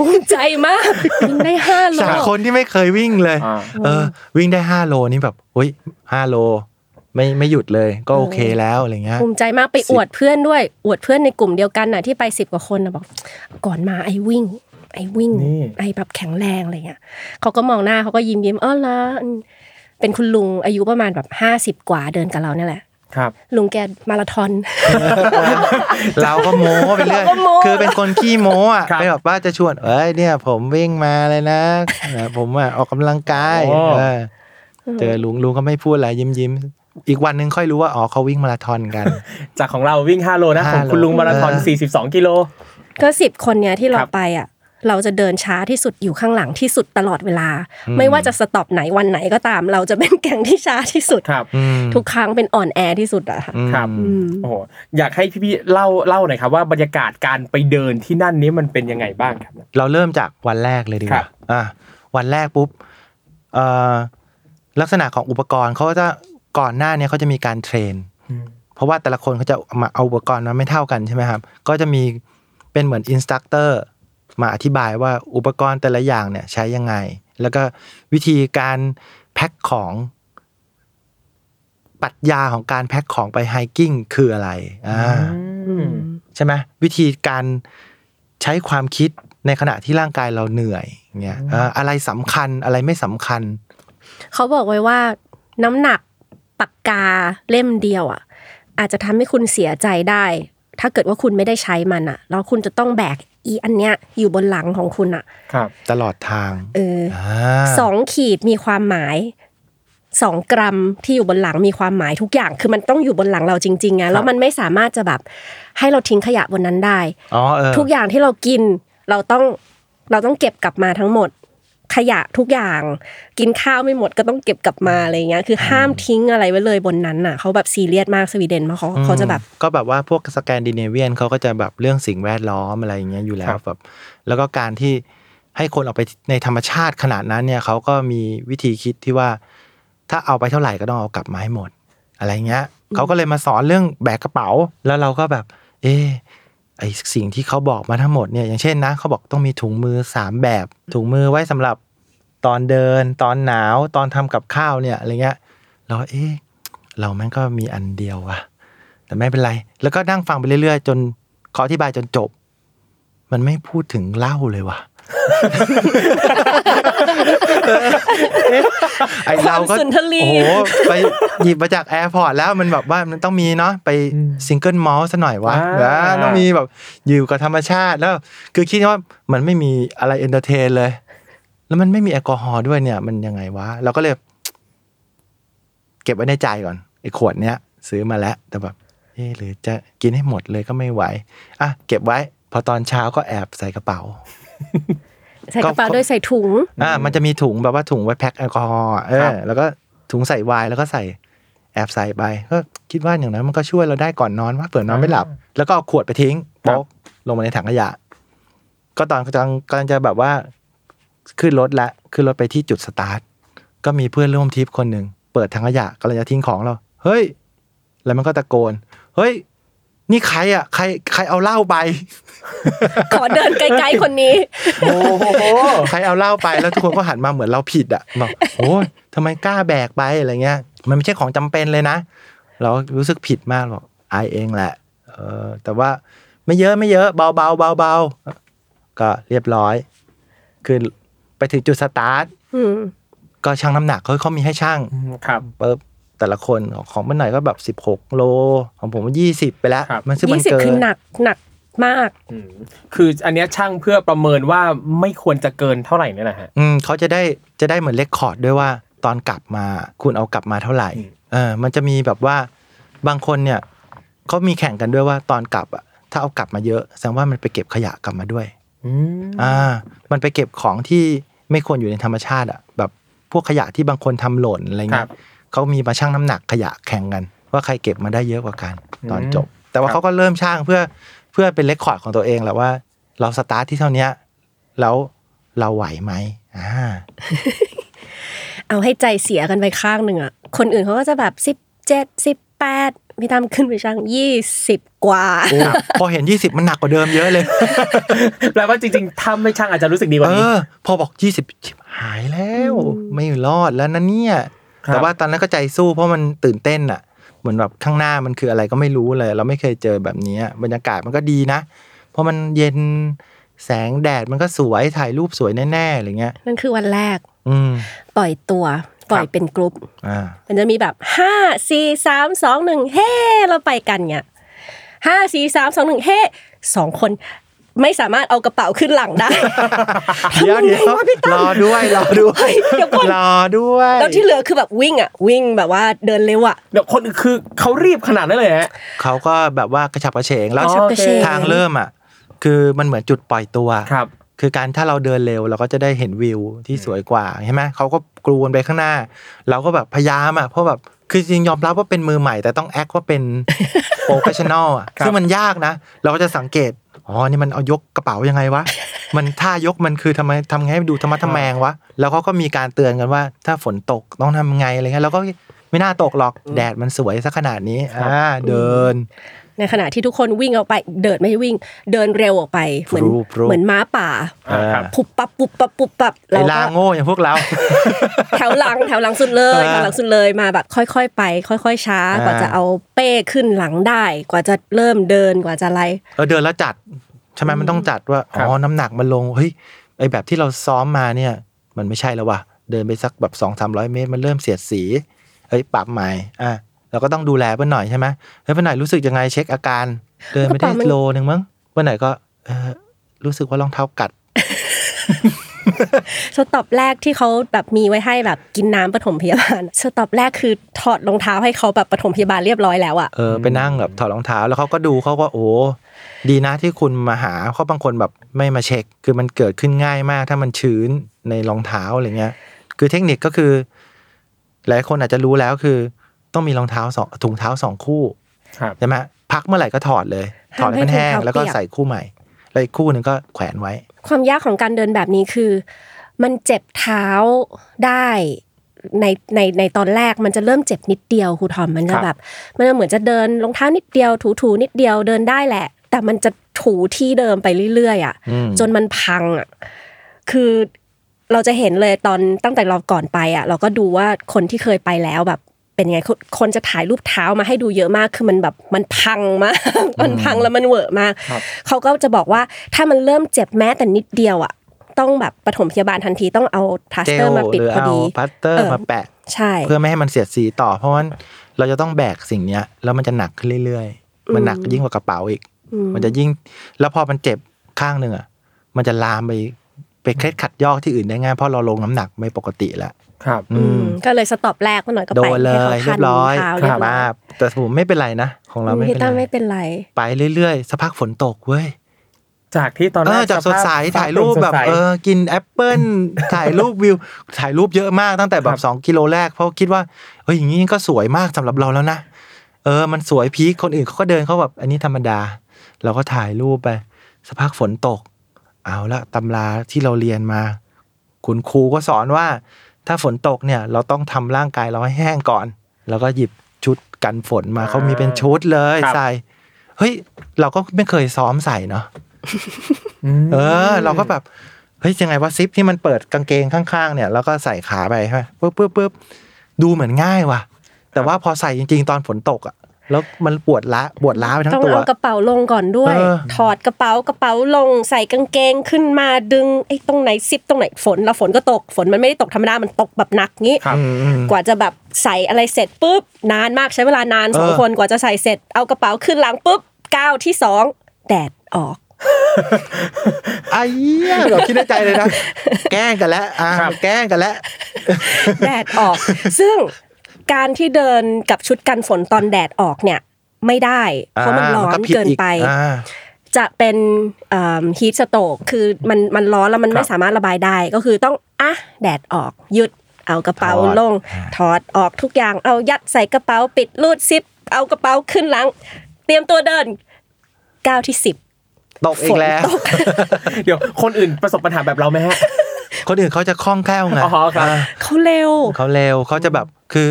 Speaker 4: ภูมิใจมากวิ่งได้ห้าโล
Speaker 3: จากคนที่ไม่เคยวิ่งเลย
Speaker 2: อ่า
Speaker 3: เออ วิ่งได้ห้าโลนี่แบบเฮ้ยห้าโล ไม่ไม่หยุดเลยก็โอเคแล้วอะไรเงี้ย
Speaker 4: ภูมิใจมากไปอวดเพื่อนด้วย อวดเพื่อนในกลุ่มเดียวกันน่ะที่ไปสิบกว่าคนนะบอก ก่อนมาไอ้วิ่ง ไอ้วิ่ง
Speaker 2: นี่
Speaker 4: ไอ้แบบแข็งแรงอะไรเงี้ยเขาก็มองหน้าเขาก็ยิ้มยิ้มๆเออละอืมเป็นคุณลุงอายุประมาณแบบห้าสิบ50 กว่าเดินกับเราเนี่ยแหละ
Speaker 2: ครับ
Speaker 4: ลุงแกมาราธอน
Speaker 3: เราก็โม้ไปเรื่อย
Speaker 4: เราก็โม้
Speaker 3: คือเป็นคนขี้โม้อ่ะ
Speaker 2: ครับ
Speaker 3: ไปแบบว่าจะชวน เอ้ยเนี่ย ผมวิ่งมาเลยนะเออผมอ่ะออกกำลังกาย
Speaker 2: โอ้
Speaker 3: เออเจอลุงลุงก็ไม่พูดอะไรยิ้มยิ้มอีกวันหนึงค่อยรู้ว่าอ๋อเขาวิ่งมาราธอนกัน
Speaker 2: จากของเราวิ่ง 5 โลนะ
Speaker 3: ห้า
Speaker 2: ของ
Speaker 3: โล
Speaker 2: คุณลุงมาราธอน
Speaker 3: เออ
Speaker 2: 42 กิโล
Speaker 4: ก็สิบคนเนี้ยที่เรา
Speaker 2: ครับ
Speaker 4: ไปอ่ะ เราจะเดินช้าที่สุดอยู่ข้างหลังที่สุดตลอดเวลา ไม่ว่าจะสต็อปไหนวันไหนก็ตาม เราจะเป็นแกงที่ช้าที่สุด
Speaker 2: ครับ
Speaker 3: อืม
Speaker 4: ทุกครั้งเป็นอ่อนแอที่สุดอะค่ะ
Speaker 3: อืม
Speaker 2: ครับ
Speaker 4: อืม
Speaker 2: โอ้โหอยากให้พี่ๆเล่าเล่าหน่อยครับว่าบรรยากาศการไปเดินที่นั่นนี้มันเป็นยังไงบ้างครับ
Speaker 3: เราเริ่มจากวันแรกเลยดีก
Speaker 2: ครั
Speaker 3: ว่า
Speaker 2: บ
Speaker 3: อ่ะวันแรกปุ๊บเอ่อลักษณะของอุปกรณ์เขาก็จะก่อนหน้าเนี้เขาจะมีการเทรน เพราะว่าแต่ละคนเขาจะเอามาเอาอุปกรณ์มาไม่เท่ากันใช่ไหมครับ ก็จะมีเป็นเหมือนอินสตัคเตอร์มาอธิบายว่าอุปกรณ์แต่ละอย่างเนี่ยใช้ยังไง แล้วก็วิธีการแพ็คของปรัชญาของการแพ็คของไปไฮกิ้งคืออะไรอ่า
Speaker 2: อืม
Speaker 3: ใช่ไหมวิธีการใช้ความคิดในขณะที่ร่างกายเราเหนื่อยเงี้ยเอ่ออะไรสำคัญอะไรไม่สำคัญ
Speaker 4: เขาบอกไว้ว่าน้ำหนักปากกาเล่มเดียวอ่ะ อาจจะทำให้คุณเสียใจได้ ถ้าเกิดว่าคุณไม่ได้ใช้มันอ่ะ แล้วคุณจะต้องแบกอีอันเนี้ยอยู่บนหลังของคุณอ่ะ
Speaker 2: ครับ
Speaker 3: ตลอดทาง
Speaker 4: เออ
Speaker 3: อ่า
Speaker 4: สองขีดมีความหมายสองกรัมที่อยู่บนหลังมีความหมายทุกอย่าง คือมันต้องอยู่บนหลังเราจริงๆไงแล้วมันไม่สามารถจะแบบให้เราทิ้งขยะบนนั้นได้
Speaker 3: อ๋อเออ
Speaker 4: ทุกอย่างที่เรากินเราต้องเราต้องเก็บกลับมาทั้งหมด ขยะทุกอย่าง กินข้าวไม่หมดก็ต้องเก็บกลับมาอะไรเงี้ยคือห้ามทิ้งอะไรไว้เลยบนนั้นน่ะเขาแบบซีเรียสมากสวีเดนมาเขา
Speaker 3: อืม
Speaker 4: เขาจะแบบ
Speaker 3: ก็แบบว่าพวกสแกนดิเนเวียนเขาก็จะแบบเรื่องสิ่งแวดล้อมอะไรอย่างเงี้ยอยู่แล้
Speaker 2: ครั
Speaker 3: ว
Speaker 2: บ
Speaker 3: แบบแล้วก็การที่ให้คนออกไปในธรรมชาติขนาดนั้นเนี่ยเขาก็มีวิธีคิดที่ว่าถ้าเอาไปเท่าไหร่ก็ต้องเอากลับมาให้หมด อะไรเงี้ยเขาก็เลยมาสอนเรื่องแบกกระเป๋าแล้วเราก็แบบ เอะไอสิ่งที่เขาบอกมาทั้งหมดเนี่ยอย่างเช่นนะเขาบอกต้องมีถุงมือสามแบบ ถุงมือไว้สำหรับตอนเดิน ตอนหนาวตอนทำกับข้าวเนี่ยอะไรเงี้ยเราก็เอ๊ะเราแม่งก็มีอันเดียวอะแต่ไม่เป็นไร แล้วก็นั่งฟังไปเรื่อยๆ จนเขาอธิบายจนจบ มันไม่พูดถึงเหล้าเลยว่ะ ไอเราก็
Speaker 4: สุนทรี
Speaker 3: โอ้โห ไปหยิบมาจากแอร์พอร์ตแล้วมันแบบว่ามันต้องมีเนาะไปซิงเกิลมอลซะหน่อยวะ
Speaker 2: อ่า
Speaker 3: นะต้องมีแบบอยู่กับธรรมชาติแล้ว คือคิดว่ามันไม่มีอะไรเอนเตอร์เทนเลย แล้วมันไม่มีแอลกอฮอล์ด้วยเนี่ย มันยังไงวะ เราก็เลย เก็บไว้ในใจก่อนไอ้ขวดเนี้ยซื้อมาแล้ว แต่แบบเอ๊ะหรือจะกินให้หมดเลยก็ไม่ไหวอ่ะเก็บไว้ พอตอนเช้าก็แอบใส่กระเป๋า
Speaker 4: ใส่กระเป๋าด้วยใส่ถุง
Speaker 3: อ่ามันจะมีถุงแบบว่าถุงไว้แพ็คแอลกอฮอล์อ่ะเอ
Speaker 2: ครั
Speaker 3: อบ แล้วก็ถุงใส่ไวน์แล้วก็ใส่แ แอบใส่ไปก็คิดว่าอย่างนั้นมันก็ช่วยเราได้ก่อนนอนว่าเผื่อนอนไม่หลับ แล้วก็เอาขวดไปทิ้ง
Speaker 2: ครับ
Speaker 3: โป๊กลงมาในถังขยะ ก็ตอนกำลังกำลังจะแบบว่า ขึ้นรถละขึ้นรถไปที่จุดสตาร์ทก็มีเพื่อนร่วมทริปคนหนึ่งเปิดถังขยะกำลังจะทิ้งของเรา เฮ้ย แล้วมันก็ตะโกน เฮ้ย นี่ใครอ่ะ ใครใครเอาเหล้าไป
Speaker 4: ขอเดินไกลๆคนนี้
Speaker 3: โอ้โห ใครเอาเหล้าไปแล้วทุกคนก็หันมาเหมือนเราผิดอ่ะบอกโอ้ยทำไมกล้าแบกไปอะไรเงี้ย มันไม่ใช่ของจำเป็นเลยนะ เรารู้สึกผิดมากบอกอายเองแหละ เออ แต่ว่าไม่เยอะไม่เยอะเบาเบาเบาเบาๆก็เรียบร้อย คือไปถึงจุดสตาร์ท
Speaker 4: อืม
Speaker 3: ก็ชั่งน้ำหนักเขาเขามีให้ชั่ง
Speaker 2: อืมครับ
Speaker 3: ปุ๊บแต่ละคนของมันหน่อยก็แบบ 16 โล ของผมยี่สิบไปแล้ว
Speaker 2: ครับ
Speaker 3: มันซึ่งมั
Speaker 4: ยี่
Speaker 3: น
Speaker 4: สิบ
Speaker 3: เกิ
Speaker 4: คื
Speaker 3: น
Speaker 4: อหนักหนักมาก
Speaker 2: อืมคืออันเนี้ยช่างเพื่อประเมินว่าไม่ควรจะเกินเท่าไหร่เนี่ยแหละฮะ
Speaker 3: อืมเขาจะได้จะได้เหมือนเลคคอร์ดด้วยว่าตอนกลับมาคุณเอากลับมาเท่าไหร่
Speaker 2: อืม
Speaker 3: เออมันจะมีแบบว่าบางคนเนี่ยเขามีแข่งกันด้วยว่าตอนกลับอ่ะถ้าเอากลับมาเยอะแสดงว่ามันไปเก็บขยะกลับมาด้วย
Speaker 2: อืม
Speaker 3: อ่ามันไปเก็บของที่ไม่ควรอยู่ในธรรมชาติอ่ะแบบพวกขยะที่บางคนทำหล่นอะไร
Speaker 2: ครั
Speaker 3: เงี้
Speaker 2: บ
Speaker 3: ย เขามีมาชั่งน้ำหนักขยะแข่งกัน ว่าใครเก็บมาได้เยอะกว่ากันตอนจบ แต่
Speaker 2: ค
Speaker 3: ว่า
Speaker 2: รับ
Speaker 3: เขาก็เริ่มชั่งเพื่อเพื่อเป็นเลคคอร์ดของตัวเองแหละว่า เราสตาร์ทที่เท่าเนี้ยแล้วเราไหวไหมอ่า
Speaker 4: เอาให้ใจเสียกันไปข้างหนึ่งอะคนอื่นเขาก็จะแบบสิบเจ็ดสิบแปดพี่ตั้มขึ้นไปช่างยี่สิบกว่า
Speaker 3: พอเห็น 20 มันหนักกว่าเดิมเยอะเลย
Speaker 2: แปลว่าจริงๆถ้าไม่ช่างอาจจะรู้สึกดีกว่า
Speaker 3: เอ
Speaker 2: นี้
Speaker 3: อ พอบอก 20ชิบหายแล้ว ไม่รอดแล้วนะเนี่ย
Speaker 2: ครับ
Speaker 3: แต่ว่าตอนนั้นก็ใจสู้เพราะมันตื่นเต้นอ่ะ เหมือนแบบข้างหน้ามันคืออะไรก็ไม่รู้เลย เราไม่เคยเจอแบบนี้บรรยากาศมันก็ดีนะ เพราะมันเย็นแสงแดดมันก็สวยถ่ายรูปสวยแน่ๆอะไรเงี้ย
Speaker 4: นั่นคือวันแรก
Speaker 3: อืม
Speaker 4: ปล่อยตัว ปล่อยเป็นกรุ๊ป
Speaker 3: อ่า
Speaker 4: มันจะมีแบบห้าสี่สามสองหนึ่งเฮ้เราไปกันเนี่ยห้าสี่สามสองหนึ่งเฮ้สองคนไม่สามารถเอากระเป๋าขึ้นหลังได้
Speaker 3: เดี๋ยวเดี๋ยวรอด้วยรอ ด้วย
Speaker 4: เดี๋ยวก่อน
Speaker 3: รอด้วย
Speaker 4: แล้วที่เหลือคือแบบวิ่งอ่ะ วิ่งแบบว่าเดินเร็วอ่ะ
Speaker 2: เดี๋ยวคนคือเขารีบขนาดนั้นเลยฮะ
Speaker 3: เขาก็แบบว่ากระฉับกระเฉงแล้ว
Speaker 2: อ๋อ
Speaker 4: กระเฉง
Speaker 3: ทางเริ่มอ่ะ คือมันเหมือนจุดปล่อยตัว
Speaker 2: ครับ
Speaker 3: คือการถ้าเราเดินเร็วเราก็จะได้เห็นวิวที่สวยกว่าใช่ไหมเขาก็กรูนไปข้างหน้า เราก็แบบพยายามอ่ะเพราะแบบคือจริงยอมรับว่าเป็นมือใหม่ แต่ต้องแอคว่า เป็น โปรเฟชชั่นอลอ่ะ
Speaker 2: ครับ
Speaker 3: ซึ่งมันยากนะ เราก็จะสังเกตอ๋อนี่มันเอายกกระเป๋ายังไงวะ มันท่ายกมันคือทำไมทำไงให้ดูธรรมะทะแมงวะแล้วเขาก็มีการเตือนกันว่า ถ้าฝนตกต้องทำไงอะไรเงี้ยเราก็ไม่น่าตกหรอกแดดมันสวยซะขนาดนี้
Speaker 2: ครับ
Speaker 3: อ่าเดิน
Speaker 4: ในขณะที่ทุกคนวิ่งออกไป เดินไม่ใช่วิ่ง เดินเร็วออกไป เหมือน
Speaker 3: พรูพรู
Speaker 4: เหมือนม้าป่า
Speaker 2: อ่าครับ
Speaker 4: ปุบปับปุบปับปุบปับ
Speaker 3: ไอ้
Speaker 4: เรา
Speaker 3: ลา
Speaker 4: ก็
Speaker 3: โง่อย่าง พวกเรา
Speaker 4: แถวหลังแถวหลังสุดเลย
Speaker 3: อ่า
Speaker 4: แถวหลังสุดเลยมาแบบค่อยๆ ไป ค่อย ๆ ช้า
Speaker 3: อ่าก ก
Speaker 4: ว่าจะเอาเป้ขึ้นหลังได้ กว่าจะเริ่มเดินกว่าจะอะไร
Speaker 3: เออเดินแล้วจัดใช่ไหมมันต้องจัดว่า
Speaker 2: ครับ
Speaker 3: อ๋อน้ำหนักมันลงเฮ้ยไอแบบที่เราซ้อมมาเนี่ย มันไม่ใช่แล้วว่ะเดินไปสักแบบสองสามร้อยเมตรมันเริ่มเสียดสีเอ้ยปรับใหม่อ่ะเราก็ต้องดูแลเพื่อนหน่อยใช่ไหมเฮ้ยเพื่อนหน่อยรู้สึกยังไงเช็คอาการ เดินไปได้
Speaker 4: กระเป๋ามัน
Speaker 3: โลนึงมั้งเพื่อนหน่อยก็เออรู้สึกว่ารองเท้ากัด
Speaker 4: สต็อปแรกที่เขาแบบมีไว้ให้แบบกินน้ำปฐมพยาบาล สต็อปแรกคือถอดรองเท้าให้เขาแบบปฐมพยาบาลเรียบร้อยแล้วอ่ะ
Speaker 3: เออไปนั่งแบบถอดรองเท้าแล้วเขาก็ดูเขาก็โอ้ดีนะที่คุณมาหาเขาะบางคนแบบไม่มาเช็ค คือมันเกิดขึ้นง่ายมาก ถ้ามันชื้นในรองเท้าอะไรเงี้ย คือเทคนิคก็คือ หลายคนอาจจะรู้แล้วคือ ต้องมีรองเท้าสองถุงเท้าสองคู่
Speaker 2: ครับ
Speaker 3: ใช่ไหมพักเมื่อไหร่ก็ถอดเลย ถอดให้มันแห้งแล้วก็ใส่คู่ใหม่แล้วอีกคู่หนึ่งก็แขวนไว้
Speaker 4: ความยากของการเดินแบบนี้คือ มันเจ็บเท้าได้ในในในตอนแรกมันจะเริ่มเจ็บนิดเดียวครูทอมมัน
Speaker 2: ค
Speaker 4: จะ
Speaker 2: รับ
Speaker 4: แบบ มันจะเหมือนจะเดินรองเท้านิดเดียว ถูถูๆนิดเดียวเดินได้แหละ แต่มันจะถูที่เดิมไปเรื่อยๆอ่ะ
Speaker 3: อืม
Speaker 4: จนมันพังอ่ะ คือเราจะเห็นเลยตอนตั้งแต่เราก่อนไปอ่ะ เราก็ดูว่าคนที่เคยไปแล้วแบบ เป็นยังไงคนคนจะถ่ายรูปเท้ามาให้ดูเยอะมาก คือมันแบบมันพังมาก มันพังแล้วมันเหวอะมาก
Speaker 2: ครับ
Speaker 4: เขาก็จะบอกว่าถ้ามันเริ่มเจ็บแม้แต่นิดเดียวอ่ะ ต้องแบบปฐมพยาบาลทันทีต้องเอาพลาส
Speaker 3: เจ
Speaker 4: เตอ
Speaker 3: ล
Speaker 4: ร์มาปิ
Speaker 3: ห
Speaker 4: ด
Speaker 3: รือ
Speaker 4: พอ
Speaker 3: เอา
Speaker 4: ดี
Speaker 3: พลาสเตอร์
Speaker 4: เออ
Speaker 3: มาแปะ
Speaker 4: ใช่
Speaker 3: เพื่อไม่ให้มันเสียดสีต่อ เพราะว่าเราจะต้องแบกสิ่งเนี้ยแล้วมันจะหนักขึ้นเรื่อยๆ มันหนักยิ่งกว่ากระเป๋าอีก มันจะยิ่งแล้วพอมันเจ็บข้างหนึ่งอ่ะมันจะลามไปไปเคล็ดขัดยอกที่อื่นได้ง่ายเพราะเราลงน้ำหนักไม่ปกติแล้ว
Speaker 2: ครับ
Speaker 3: อืม
Speaker 4: ก็เลยสต็อปแรกมาหน่อยก็
Speaker 3: โด
Speaker 4: ไป
Speaker 3: นเล
Speaker 4: ให้ขาย พัน
Speaker 3: เรียบร้อย
Speaker 4: เท้า
Speaker 3: ค
Speaker 4: เรีย
Speaker 3: รับบ
Speaker 4: ร้อย
Speaker 3: มากแต่ผมไม่เป็นไรนะ ของเราไม่
Speaker 4: พี่
Speaker 3: เป็น
Speaker 4: ตั้ม
Speaker 3: ไร
Speaker 4: ไม่เป็นไร
Speaker 3: ไปเรื่อยๆสักพักฝนตกเว้ย
Speaker 2: ใจ จากที่ตอนแร
Speaker 3: เอก อจากสดใส
Speaker 2: ภพ
Speaker 3: ถ่ายรูปแบบ
Speaker 2: สดใส
Speaker 3: เออกินแอปเปิ้ล ถ่ายรูปวิว ถ่ายรูปเยอะมากตั้งแต่
Speaker 2: ค
Speaker 3: แบ
Speaker 2: รับ บ
Speaker 3: สองกิโลแรกเพราะคิดว่าเฮ้ยอย่างนี้ก็สวยมากสำหรับเราแล้วนะเออ มันสวยพีคคนอื่นเขาก็เดินเขาแบบอันนี้ธรรมดา เราก็ถ่ายรูปไปสักพักฝนตก เอาละตำราที่เราเรียนมา คุณครูก็สอนว่า ถ้าฝนตกเนี่ย เราต้องทำร่างกายเราให้แห้งก่อน แล้วก็หยิบชุดกันฝนมาเขามีเป็นชุดเลย
Speaker 2: ครับ
Speaker 3: ใส่เฮ้ย เราก็ไม่เคยซ้อมใส่เนาะ
Speaker 2: ม
Speaker 3: เออเราก็แบบเฮ้ยยังไงว่าซิปที่มันเปิดกางเกงข้างๆเนี่ยแล้วก็ใส่ขาไปใช่ไหมปึ๊บปึ๊บปึ๊บดูเหมือนง่ายว่ะ แต่ว่าพอใส่จริงๆตอนฝนตกอ่ะแล้วมันปวดละปวดล้าไปทั้
Speaker 4: ต้อง ง
Speaker 3: ตัว
Speaker 4: เอากระเป๋าลงก่อนด้วย
Speaker 3: เออ
Speaker 4: ถอดกระเป๋ากระเป๋าลงใส่กางเกงขึ้นมาดึงไอ้ตรงไหนซิปตรงไหนฝนแล้วฝนก็ตกฝนมันไม่ได้ตกธรรมดามันตกแบบหนักงี้
Speaker 2: ครับ
Speaker 3: อืมอืม
Speaker 4: กว่าจะแบบใส่อะไรเสร็จปุ๊บนานมากใช้เวลานานสอง
Speaker 3: เออ
Speaker 4: คนกว่าจะใส่เสร็จเอากระเป๋าขึ้นหลังปุ๊บก้าวที่สองแดดออก
Speaker 3: ไอ้เหี้ยเราคิดในใจเลยนะแกล้งกันแล้วอ่ะ
Speaker 2: ครับ
Speaker 3: แกล้งกันแล้ว
Speaker 4: แดดออก ซึ่งการที่เดินกับชุดกันฝนตอนแดดออกเนี่ยไม่ได้ เพราะมันร้อนเกินไป
Speaker 3: อ่า
Speaker 4: จะเป็นฮีทสโตกคือมันมันร้อนแล้วมันไม่สามารถระบายได้ ก็คือต้องอ่ะแดดออกหยุดเอากระเป๋า
Speaker 3: ถอด
Speaker 4: ลง ถอดออกทุกอย่างเอายัดใส่กระเป๋าปิดรูดซิป เอากระเป๋าขึ้นหลัง เตรียมตัวเดินก้าวที่สิบ
Speaker 3: ตกอีกแล้ว
Speaker 4: ฝนตก
Speaker 2: เดี๋ยวคนอื่นประสบปัญหาแบบเราไหมฮะ
Speaker 3: คนอื่นเขาจะคล่องแคล่วไง
Speaker 2: อ๋อครับ
Speaker 3: อ่า
Speaker 4: เขาเร็ว
Speaker 3: เขาเร็วเขาจะแบบคือ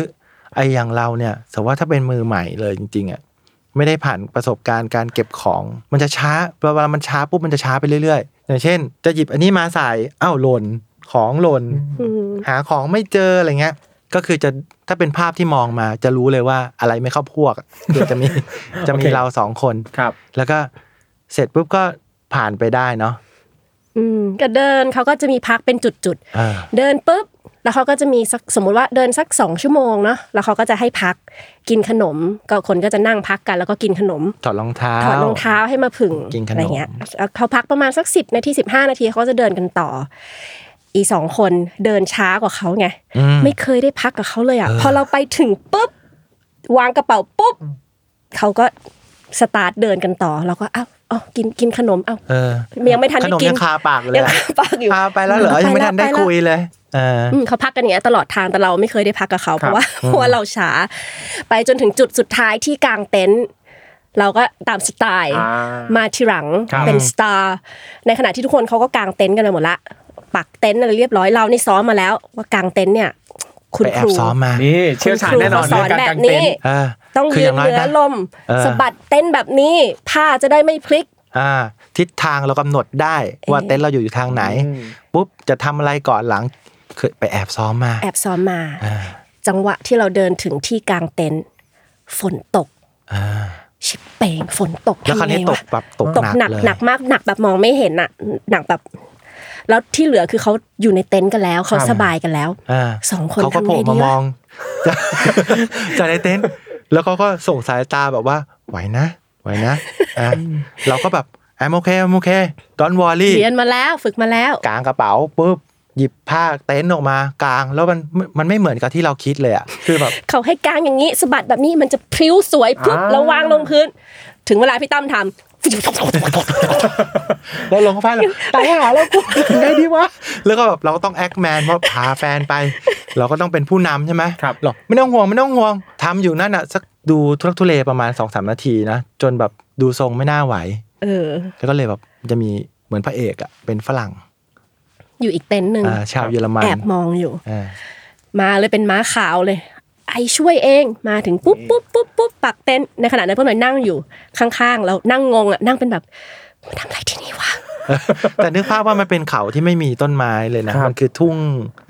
Speaker 3: ไอ้อย่างเราเนี่ยสมมติว่าถ้าเป็นมือใหม่เลยจริงๆอ่ะไม่ได้ผ่านประสบการณ์การเก็บของ มันจะช้าเวลามันช้าปุ๊บมันจะช้าไปเรื่อยๆ อย่างเช่น จะหยิบอันนี้มาใส่อ้าวหล่นของหล่น
Speaker 4: อืม
Speaker 3: หาของไม่เจออะไรเงี้ย ก็คือจะถ้าเป็นภาพที่มองมาจะรู้เลยว่าอะไรไม่เข้าพวกอะคือจะ มีจะมี
Speaker 2: โอเค
Speaker 3: เราสองคน
Speaker 2: ครับ
Speaker 3: แล้วก็เสร็จปุ๊บก็ผ่านไปได้เนาะ
Speaker 4: อืมก็เดินเขาก็จะมีพักเป็นจุด
Speaker 3: อ่า
Speaker 4: ๆ เดินปุ๊บ แล้วเขาก็จะมีสักสมมุติว่าเดินสักสองชั่วโมงเนาะแล้วเขาก็จะให้พักกินขนม ก็คนก็จะนั่งพักกัน แล้วก็กินขนม
Speaker 3: ถอดรองเท้า
Speaker 4: ถอดรองเท้าให้มาผึ่ง
Speaker 3: กินขนม
Speaker 4: อะไรเงี้ยเขาพักประมาณสักสิบนาทีสิบห้านาทีเขาจะเดินกันต่อ อีสองคนเดินช้ากว่าเขาไง
Speaker 3: อืม
Speaker 4: ไม่เคยได้พักกับเขาเลยอ่ะพอเราไปถึงปุ๊บวางกระเป๋าปุ๊บเขาก็สตาร์ทเดินกันต่อเราก็อ้าวอ๋อกินกินขนมอ้าว
Speaker 3: เออ
Speaker 4: ยังไม่ทันได้
Speaker 3: ขนม
Speaker 4: กิน
Speaker 3: ยังคาปากอยู่เลย
Speaker 4: ยัง
Speaker 3: อะ
Speaker 4: คาปากอยู่
Speaker 3: คาไปแล้วเหรอ
Speaker 4: ไป
Speaker 3: ยังไม่
Speaker 4: แล้ว
Speaker 3: ทันได้
Speaker 4: ไปแล้ว
Speaker 3: คุยเลยเออ
Speaker 4: อืมเขาพักกันอย่างเงี้ยตลอดทางแต่เราไม่เคยได้พักกับเขาเพราะว่าเพราะว่าเราช้า ไปจนถึงจุดสุดท้ายที่กลางเต็นท์เราก็ตามสไตล์
Speaker 2: อ่า
Speaker 4: มาทีหลัง
Speaker 2: ครับ
Speaker 4: เป็นสตาร์ในขณะที่ทุกคนเขาก็กางเต็นท์กันไปหมดละปักเต็นท์อะไรเรียบร้อยเรานี่ซ้อมมาแล้ว ว่ากางเต็นท์เนี่ยคุณ
Speaker 3: ไปแอ
Speaker 4: ค
Speaker 3: บ
Speaker 4: รู
Speaker 3: ซ้อมมา
Speaker 2: นี่เชี่ยวชาญแน่นอน
Speaker 4: คุณครู
Speaker 2: เรื่องการ
Speaker 4: สอน
Speaker 2: กางเต็น
Speaker 4: แบบนี้
Speaker 2: ท์
Speaker 3: เออ
Speaker 4: ต้อง
Speaker 3: คื
Speaker 4: ยื
Speaker 3: อน น้
Speaker 4: เหนือ
Speaker 3: นะ
Speaker 4: ลม
Speaker 3: เออ
Speaker 4: สะบัดเต็นท์แบบนี้ผ้าจะได้ไม่พลิก
Speaker 3: อ่า ทิศทางเรากำหนดได้ว่าเต็นท์เราอยู่อยู่ทางไหน
Speaker 2: อืม
Speaker 3: ปุ๊บจะทำอะไรก่อนหลังคือไปแอบซ้อมมา
Speaker 4: แอบซ้อมมา
Speaker 3: อ่า
Speaker 4: จังหวะที่เราเดินถึงที่กางเต็นท์ฝนตก
Speaker 3: อ่า
Speaker 4: ชิบเปงฝนตก
Speaker 3: แล้วคราว
Speaker 4: ทำไง
Speaker 3: นี้ตก
Speaker 4: วะ
Speaker 3: แบบตก
Speaker 4: ตก
Speaker 3: ห
Speaker 4: ห
Speaker 3: นั
Speaker 4: นั
Speaker 3: ก
Speaker 4: ก
Speaker 3: เลย
Speaker 4: หนักมากหนักแบบมองไม่เห็นอะหนักแบบ แล้วที่เหลือคือเขาอยู่ในเต็นท์กันแล้วเขา
Speaker 2: ครับ
Speaker 4: สบายกันแล้ว
Speaker 3: อ่า
Speaker 4: สองคน
Speaker 3: เขาก็
Speaker 4: ทำ
Speaker 3: โผล่
Speaker 4: ไง
Speaker 3: มา
Speaker 4: ดี
Speaker 3: ม
Speaker 4: วะ
Speaker 3: อง จากจากในเต็นท์แล้วเขาก็ส่งสายตาแบบว่า ไหวนะ ไหวนะอ่ะเราก็แบบแอมโอเคแอมโอเคดอนวอรี่
Speaker 4: เรียนมาแล้วฝึกมาแล้ว
Speaker 3: กางกระเป๋าปุ๊บหยิบผ้าเต็นท์ออกมากางแล้วมันมันไม่เหมือนกับที่เราคิดเลยอ่ะคือแบบ
Speaker 4: เขาให้กางอย่างนี้สะบัดแบบนี้มันจะพริ้วสวยปุ๊บ
Speaker 2: อ่า
Speaker 4: แล้ววางลงพื้น ถึงเวลาพี่ตั้มท
Speaker 3: เราลงเข้าไปแล้วตายหาแล้วกูยังไงดีวะแล้วก็แบบเราก็ต้องแอคแมนว่าพาแฟนไป เราก็ต้องเป็นผู้นำใช่ไหม
Speaker 2: ครับ
Speaker 3: หรอกไม่ต้องห่วงไม่ต้องห่วงทำอยู่นั่นอ่ะสักดูทุรักทุเลประมาณ2อสนาทีนะจนแบบดูทรงไม่น่าไหว
Speaker 4: ำเออ
Speaker 3: แล้วก็เลยแบบจะมีเหมือนพระเอกอ่ะเป็นฝรั่ง
Speaker 4: อยู่อีกเต็นท์หนึ่ง
Speaker 3: อ่าชาวเยอรมัน
Speaker 4: แอบมองอยู่
Speaker 3: อ่า
Speaker 4: มาเลยเป็นม้าขาวเลย ไอช่วยเองมาถึงปุ๊บปุ๊บปุ๊บปุ๊บปักเต็นท์ในขณะนั้นเพื่อนหน่อยนั่งอยู่ข้างๆแล้วนั่งงงอะนั่งเป็นแบบมาทำอะไรที่นี่วะ
Speaker 3: แต่นึกภาพว่ามันเป็นเขาที่ไม่มีต้นไม้เลยนะครับ มันคือทุ่ง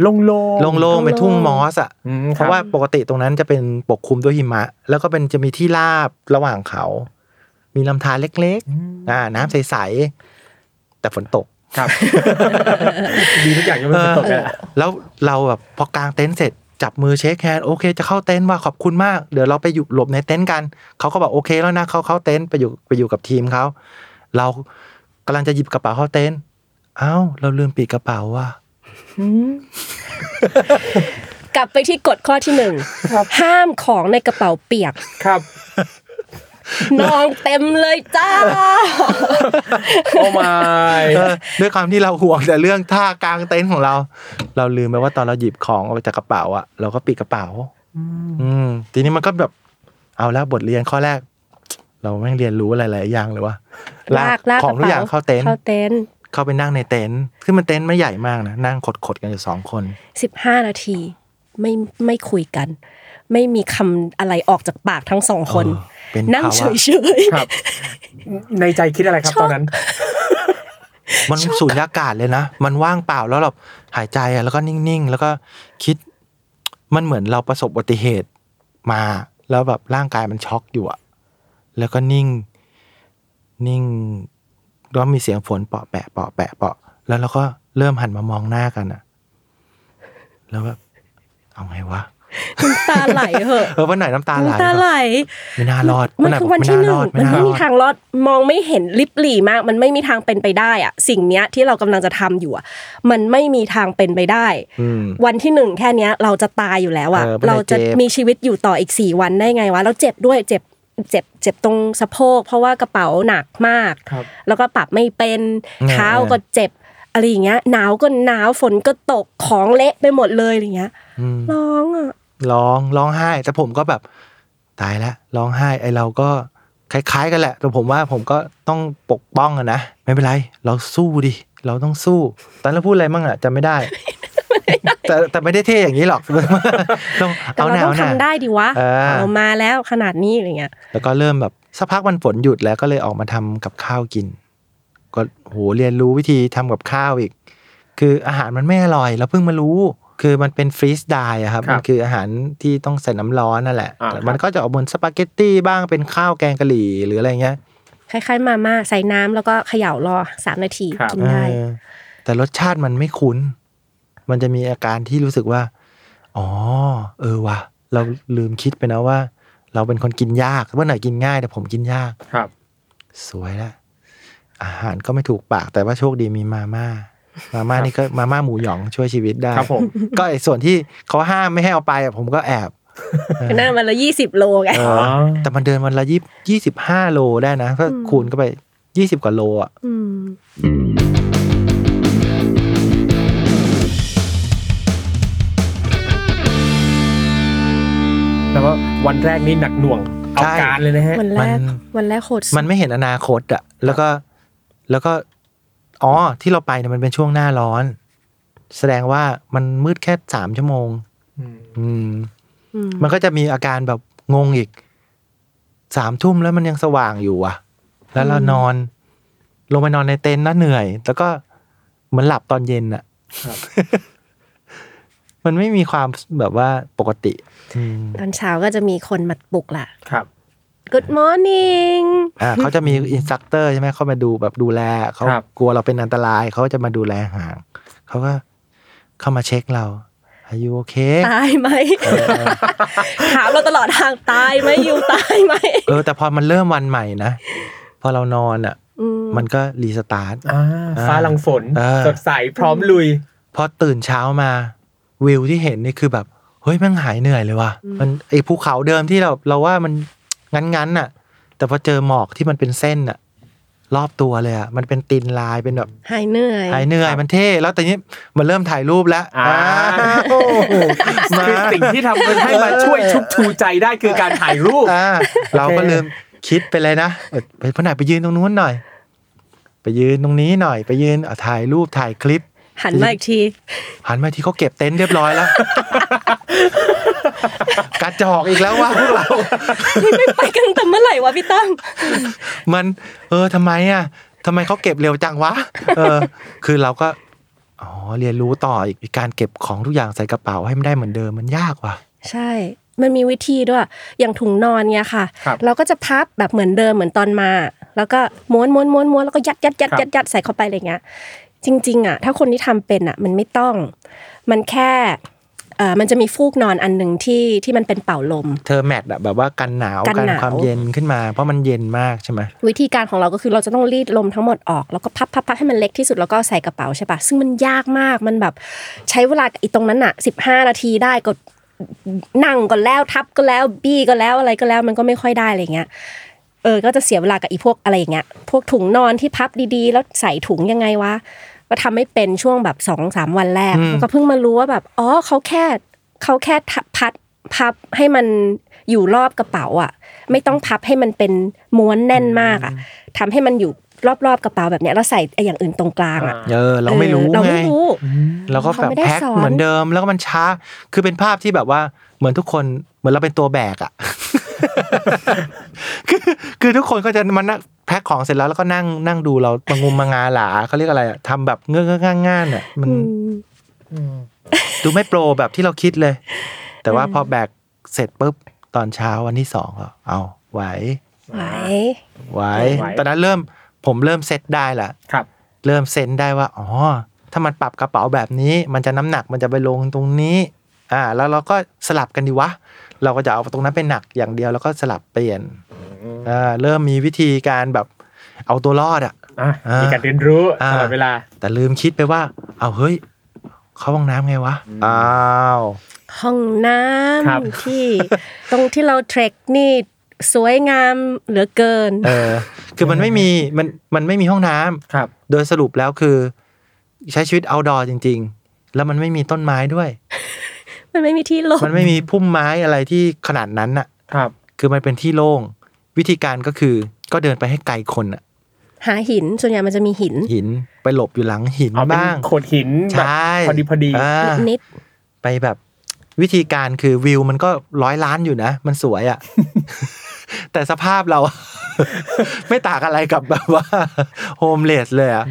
Speaker 2: ลงโลง
Speaker 3: โล่งๆเป็นทุ่งมอสอ่ะ
Speaker 2: อืม
Speaker 3: เพ
Speaker 2: คบ
Speaker 3: ราะว่าปกติตรงนั้นจะเป็นปกคลุมด้วยหิมะ แล้วก็เป็นจะมีที่ราบระหว่างเขา มีลำธารเล็ก
Speaker 2: อืม
Speaker 3: ๆอ่าน้ำใสๆ แต่ฝนตก
Speaker 2: ครับ ดีทุกอย่างยังไม่ฝนตกเลยอะ
Speaker 3: แล้วเราแบบพอกางเต็นท์เสร็จจับมือเช็คแฮนด์โอเค จะเข้าเต็นท์ว่าขอบคุณมาก เดี๋ยวเราไปอยู่หลบในเต็นท์กัน เขาก็บอกโอเคแล้วนะเขาเข้าเต็นท์ไปอยู่ไปอยู่กับทีมเขาเรากำลังจะหยิบกระเป๋าเข้าเต็นท์เอ้า เราลืมปิดกระเป๋าว่ะ
Speaker 4: กลับไปที่กฎข้อที่หนึ่งห้ามของในกระเป๋าเปียก
Speaker 2: ครับ
Speaker 4: นองเต็มเลยจ้า
Speaker 2: โอ้ไม่
Speaker 3: เออด้วยความที่เราห่วงแต่เรื่องท่ากลางเต็นท์ของเรา เราลืมไปว่าตอนเราหยิบของออกจากกระเป๋าอะเราก็ปิดกระเป๋า อืมทีนี้มันก็แบบเอาแล้วบทเรียนข้อแรก เราแม่งเรียนรู้อะไรหลายๆอย่างเลยว่า
Speaker 4: ลากลาก
Speaker 3: ของทุกอย่าง
Speaker 4: ระป๋
Speaker 3: เข้าเต็นท์
Speaker 4: เข้าเต็นท์
Speaker 3: เข้าไปนั่งในเต็นท์คือมันเต็นท์ไม่ใหญ่มากนะนั่งขดๆกันอยู่สองคน
Speaker 4: สิบห้านาที ไม่ไม่คุยกัน ไม่มีคำอะไรออกจากปากทั้งสองคน
Speaker 3: เออเป็น
Speaker 4: นั่ง
Speaker 3: ภาวะ
Speaker 4: เฉยเฉยๆ
Speaker 2: ครับในใจคิดอะไรครับตอนนั้น
Speaker 3: มันสูญญากาศเลยนะ มันว่างเปล่าแล้วเราหายใจอะแล้วก็นิ่งๆ แล้วก็คิด มันเหมือนเราประสบอุบัติเหตุมา แล้วแบบร่างกายมันช็อกอยู่อะแล้วก็นิ่ง นิ่งแล้วมีเสียงฝนเปาะแปะเปาะแปะเปาะ แล้วเราก็เริ่มหันมามองหน้ากันอะแล้วแบบเอาไงวะ
Speaker 4: น้ำตาไหลเหอะ
Speaker 3: เออวันไหนน้ำตาไหล
Speaker 4: น้ำตาไหล
Speaker 3: ไม่น่ารอด
Speaker 4: มัน
Speaker 3: ไห
Speaker 4: คือ
Speaker 3: บอก
Speaker 4: วันที่ห
Speaker 3: ไม่าร
Speaker 4: นึ่ง
Speaker 3: อด
Speaker 4: มันไม่มี
Speaker 3: รอด
Speaker 4: ทางรอดมองไม่เห็นลิบหลี่มาก มันไม่มีทางเป็นไปได้อะสิ่งเนี้ยที่เรากำลังจะทำอยู่อะมันไม่มีทางเป็นไปได้
Speaker 3: อืม
Speaker 4: วันที่หนึ่งแค่เนี้ยเราจะตายอยู่แล้วอะ
Speaker 3: เออมัน
Speaker 4: เราจะ
Speaker 3: เจ็บ
Speaker 4: มีชีวิตอยู่ต่ออีกสี่วันได้ไงวะแล้วเจ็บด้วยเจ็บเจ็บเจ็บตรงสะโพกเพราะว่ากระเป๋าหนักมาก
Speaker 2: ครับ
Speaker 4: แล้วก็ปรับไม่เป็น
Speaker 3: อ
Speaker 4: เท้าก็เจ็บอะไรอย่างเงี้ยหนาวก็หนาวฝนก็ตกของเละไปหมดเลยอะไรอย่างเงี้ย
Speaker 3: อืม
Speaker 4: ร้องอะ
Speaker 3: ร้องร้องไห้ แต่ผมก็แบบตายแล้วร้องไห้ ไอเราก็คล้ายๆกันแหละ แต่ผมว่าผมก็ต้องปกป้องอะนะไม่เป็นไร เราสู้ดิเราต้องสู้ ตอนเราพูดอะไรมั่งอะจำไม่ ได้ แต่แต่ไม่ได้เท่อย่างนี้หรอก ต้อง
Speaker 4: แต่
Speaker 3: เอา
Speaker 4: เรา
Speaker 3: แนว
Speaker 4: ต้อง
Speaker 3: นะ
Speaker 4: ทำได้ดิวะ
Speaker 3: เออ
Speaker 4: เรามาแล้วขนาดนี้อะไรเงี้ย
Speaker 3: แล้วก็เริ่มแบบสักพักมันฝนหยุดแล้วก็เลยออกมาทำกับข้าวกิน ก็โหเรียนรู้วิธีทำกับข้าวอีก คืออาหารมันไม่อร่อยเราเพิ่งมารู้ คือมันเป็นฟรีสไดอะครับ
Speaker 2: ครับ
Speaker 3: มันคืออาหารที่ต้องใส่น้ำร้อนนั่นแหละ
Speaker 2: อ่าค
Speaker 3: แต่
Speaker 2: รับ
Speaker 3: มันก็จะออกบนสปาเกตตี้บ้างเป็นข้าวแกงกะหรี่หรืออะไรเงี้ย
Speaker 4: คล้ายๆมาม่าใส่น้ำแล้วก็เขย่ารอสามนาที
Speaker 2: ครับ
Speaker 4: กินได้
Speaker 3: เออแต่รสชาติมันไม่คุ้น มันจะมีอาการที่รู้สึกว่า อ๋อ เออว่ะเราลืมคิดไปนะว่า เราเป็นคนกินยากเมื่อไหร่กินง่ายแต่ผมกินยาก
Speaker 2: ครับ
Speaker 3: สวยละอาหารก็ไม่ถูกปากแต่ว่าโชคดีมีมาม่า มาม่านี่ก็มาม่าหมูหยองช่วยชีวิตได้
Speaker 2: ครับผม
Speaker 3: ก็ไอ้ส่วนที่เขาห้ามไม่ให้เอาไปอะผมก็แอบ
Speaker 4: ก็น่ามันละยี่สิบโลไง
Speaker 3: เออแต่มันเดินวันละยี่ยี่สิบห้าโลได้นะก็คูณเข้าไปยี่สิบกว่าโลอ่ะ
Speaker 4: ม
Speaker 2: แล้วว่าวันแรกนี่หนักหน่วง เอาการเลยนะฮะ
Speaker 4: วันแรกวันแรกโหดสุด
Speaker 3: มันไม่เห็นอนาคตอ่ะ แล้วก็แล้วก็ อ๋อที่เราไปเนี่ยมันเป็นช่วงหน้าร้อน แสดงว่ามันมืดแค่สามชั่วโมง อืม
Speaker 4: อืม
Speaker 3: มันก็จะมีอาการแบบงงอีกสามทุ่มแล้วมันยังสว่างอยู่อ่ะ แล้วเรานอน ลงไปนอนในเต็นท์นะเหนื่อย แล้วก็เหมือนหลับตอนเย็นอ่ะ
Speaker 2: ครับ
Speaker 3: มันไม่มีความแบบว่าปกติอืม
Speaker 4: ตอนเช้าก็จะมีคนมาปลุกล่ะ
Speaker 2: ครับ
Speaker 4: Good morning
Speaker 3: อ่าเขาจะมีอินสตัคเตอร์ใช่ไหมเขามาดูแบบดูแลเขา
Speaker 2: ครับ
Speaker 3: กลัวเราเป็นอันตรายเขาจะมาดูแลห่างเขาก็เข้ามาเช็คเราอายุโอเค
Speaker 4: ตายไหม ถามเราตลอดทางตายไหมยูตายไหม
Speaker 3: เออแต่พอมันเริ่มวันใหม่นะ พอเรานอนอ่ะ
Speaker 4: อืม
Speaker 3: มันก็รีสตาร์ท
Speaker 2: อ่าฟ้าหลังฝน
Speaker 3: อ่า
Speaker 2: สดใสพร้อมลุย
Speaker 3: พอตื่นเช้ามาวิวที่เห็นนี่คือแบบ เฮ้ยแมันหายเหนื่อยเลยว่ะมันไอ้ภูเขาเดิมที่เราเราว่ามันงั้นงั้นๆน่ะ แต่พอเจอหมอกที่มันเป็นเส้นน่ะ รอบตัวเลยอ่ะมันเป็นตีนลายเป็นแบบ
Speaker 4: หายเหนื่อย
Speaker 3: หายเหนื่อยมันเท่แล้วแต่นี้มันเริ่มถ่ายรูปแล้ว
Speaker 2: อ่า
Speaker 3: โอ้โหมา
Speaker 2: คือสิ่งที่ทำให้มาช่วยชุบชูใจได้คือการถ่ายรูป
Speaker 3: อ่าเราก็เริ่มคิดไปเลยนะเออไปพ่อหนายไปยืนตรงนู้นหน่อย ไปยืนตรงนี้หน่อย ไปยืนอ่ะถ่ายรูปถ่ายคลิป
Speaker 4: หันมาอีกที
Speaker 3: หันมาที่เขาเก็บเต็นท์เรียบร้อย แล้ว กระจอกอีกแล้วว่าพวกเรา
Speaker 4: ไม่ไปกันตั้งแต่เมื่อไหร่วะพี่ตั้ม
Speaker 3: มัน เออทำไมอ่ะทำไมเขาเก็บเร็วจังวะ เออ คือเราก็ อ๋อ เรียนรู้ต่ออีกการเก็บของทุกอย่างใส่กระเป๋าให้มันได้เหมือนเดิมมันยากว่ะ
Speaker 4: ใช่ มันมีวิธีด้วย อย่างถุงนอนเนี่ยค่ะ
Speaker 2: ครับ
Speaker 4: เราก็จะพับแบบเหมือนเดิมเหมือนตอนมา แล้วก็ม้วนม้วนม้วนม้วนแล้วก็ยัดยัดยัดยัดยัดใส่เข้าไปอะไรเงี้ย จริง ๆอ่ะถ้าคนที่ทำเป็นอ่ะมันไม่ต้อง มันแค่เอ่อมันจะมีฟูกนอนอันหนึ่งที่ที่มันเป็นเป่าลม
Speaker 3: เธอแมทอะแบบว่ากันหนาว
Speaker 4: กัน
Speaker 3: กัน
Speaker 4: หนาว
Speaker 3: ความเย็นขึ้นมา เพราะมันเย็นมากใช่ไหม
Speaker 4: วิธีการของเราก็คือเราจะต้องรีดลมทั้งหมดออก แล้วก็พับพับพับให้มันเล็กที่สุดแล้วก็ใส่กระเป๋าใช่ปะซึ่งมันยากมากมันแบบใช้เวลากับไอีตรงนั้นอะ15 นาทีได้ก็นั่งก็แล้วทับก็แล้วบี้ก็แล้วอะไรก็แล้วมันก็ไม่ค่อยได้อะไรเงี้ย เออก็จะเสียเวลากับอีพวกอะไรอย่างเงี้ยพวกถุงนอนที่พับดีๆ แล้วใส่ถุงยังไงวะก็ทำไม่เป็นช่วงแบบสองสามวันแรก
Speaker 3: อืม
Speaker 4: ก็เพิ่งมารู้ว่าแบบอ๋อเขาแค่เขาแค่ทับพัดพับให้มันอยู่รอบกระเป๋าอ่ะ ไม่ต้องพับให้มันเป็นม้วนแน่นมากอ่ะทำให้มันอยู่รอบๆกระเป๋าแบบเนี้ยแล้วใส่ไอ้อย่างอื่นตรงกลางอ่ะ
Speaker 3: เออเราไม่รู้
Speaker 4: ออเรา
Speaker 3: ไง
Speaker 4: ไม่รู้
Speaker 3: เราก็แบบ
Speaker 4: เขาไม่ได้
Speaker 3: แพ็ค
Speaker 4: สอน
Speaker 3: เหมือนเดิมแล้วก็มันช้า คือเป็นภาพที่แบบว่าเหมือนทุกคนเหมือนเราเป็นตัวแบกอะ คือคือทุกคนก็จะมานั่งแพ็คของเสร็จแล้วแล้วก็นั่งนั่งดูเรามางุมมางาหลาเขาเรียกอะไรอะทำแบบเงื่อนง่างง่านอ่ะมัน
Speaker 4: อืม
Speaker 3: ดูไม่โปรแบบที่เราคิดเลย แต่ว่าพอแบกเสร็จปุ๊บตอนเช้าวันที่สองก็เอาไหว
Speaker 4: ไหว
Speaker 3: ไหว
Speaker 2: ไหว
Speaker 3: ตอนนั้นเริ่มผมเริ่มเซตได้ละ
Speaker 2: ครับ
Speaker 3: เริ่มเซนได้ว่า อ๋อ ถ้ามันปรับกระเป๋าแบบนี้ มันจะน้ำหนักมันจะไปลงตรงนี้ อ่า แล้วเราก็สลับกันดีวะ เราก็จะเอาตรงนั้นเป็นหนักอย่างเดียวแล้วก็สลับเปลี่ยน อ่า เริ่มมีวิธีการแบบเอาตัวรอดอะ
Speaker 2: อ่ะ
Speaker 3: อ่ามี
Speaker 2: มีการเรียนรู้
Speaker 3: อ่า
Speaker 2: ตลอดเวลา
Speaker 3: แต่ลืมคิดไปว่า เอาเฮ้ย เข้าห้องน้ำไงวะ อ้าว
Speaker 4: ห้องน้
Speaker 2: ครับ
Speaker 4: ำที่ ตรงที่เราเทรคนี่สวยงามเหลือเกิน
Speaker 3: เออ คือมันไม่มี มัน มันไม่มีห้องน้ำ
Speaker 2: ครับ
Speaker 3: โดยสรุปแล้วคือ ใช้ชีวิตเอาดอจริง ๆ แล้วมันไม่มีต้นไม้ด้วย
Speaker 4: มันไม่มีที่หลบ
Speaker 3: มันไม่มีพุ่มไม้อะไรที่ขนาดนั้นอะ
Speaker 2: ครับ
Speaker 3: คือมันเป็นที่โล่ง วิธีการก็คือก็เดินไปให้ไกลคนอะ
Speaker 4: หาหินส่วนใหญ่มันจะมีหิน
Speaker 3: หินไปหลบอยู่หลังหิน
Speaker 2: เอาเป็น
Speaker 3: บ้าง
Speaker 2: โขดหิน
Speaker 3: ใช
Speaker 2: แบบพ
Speaker 3: ่
Speaker 2: อดีพอดี
Speaker 3: า
Speaker 4: นิด
Speaker 3: ไปแบบ วิธีการคือวิวมันก็ร้อยล้านอยู่นะ มันสวยอะ แต่สภาพเรา ไม่ต่างอะไรกับแบบว่าโฮมเลสเลยอะ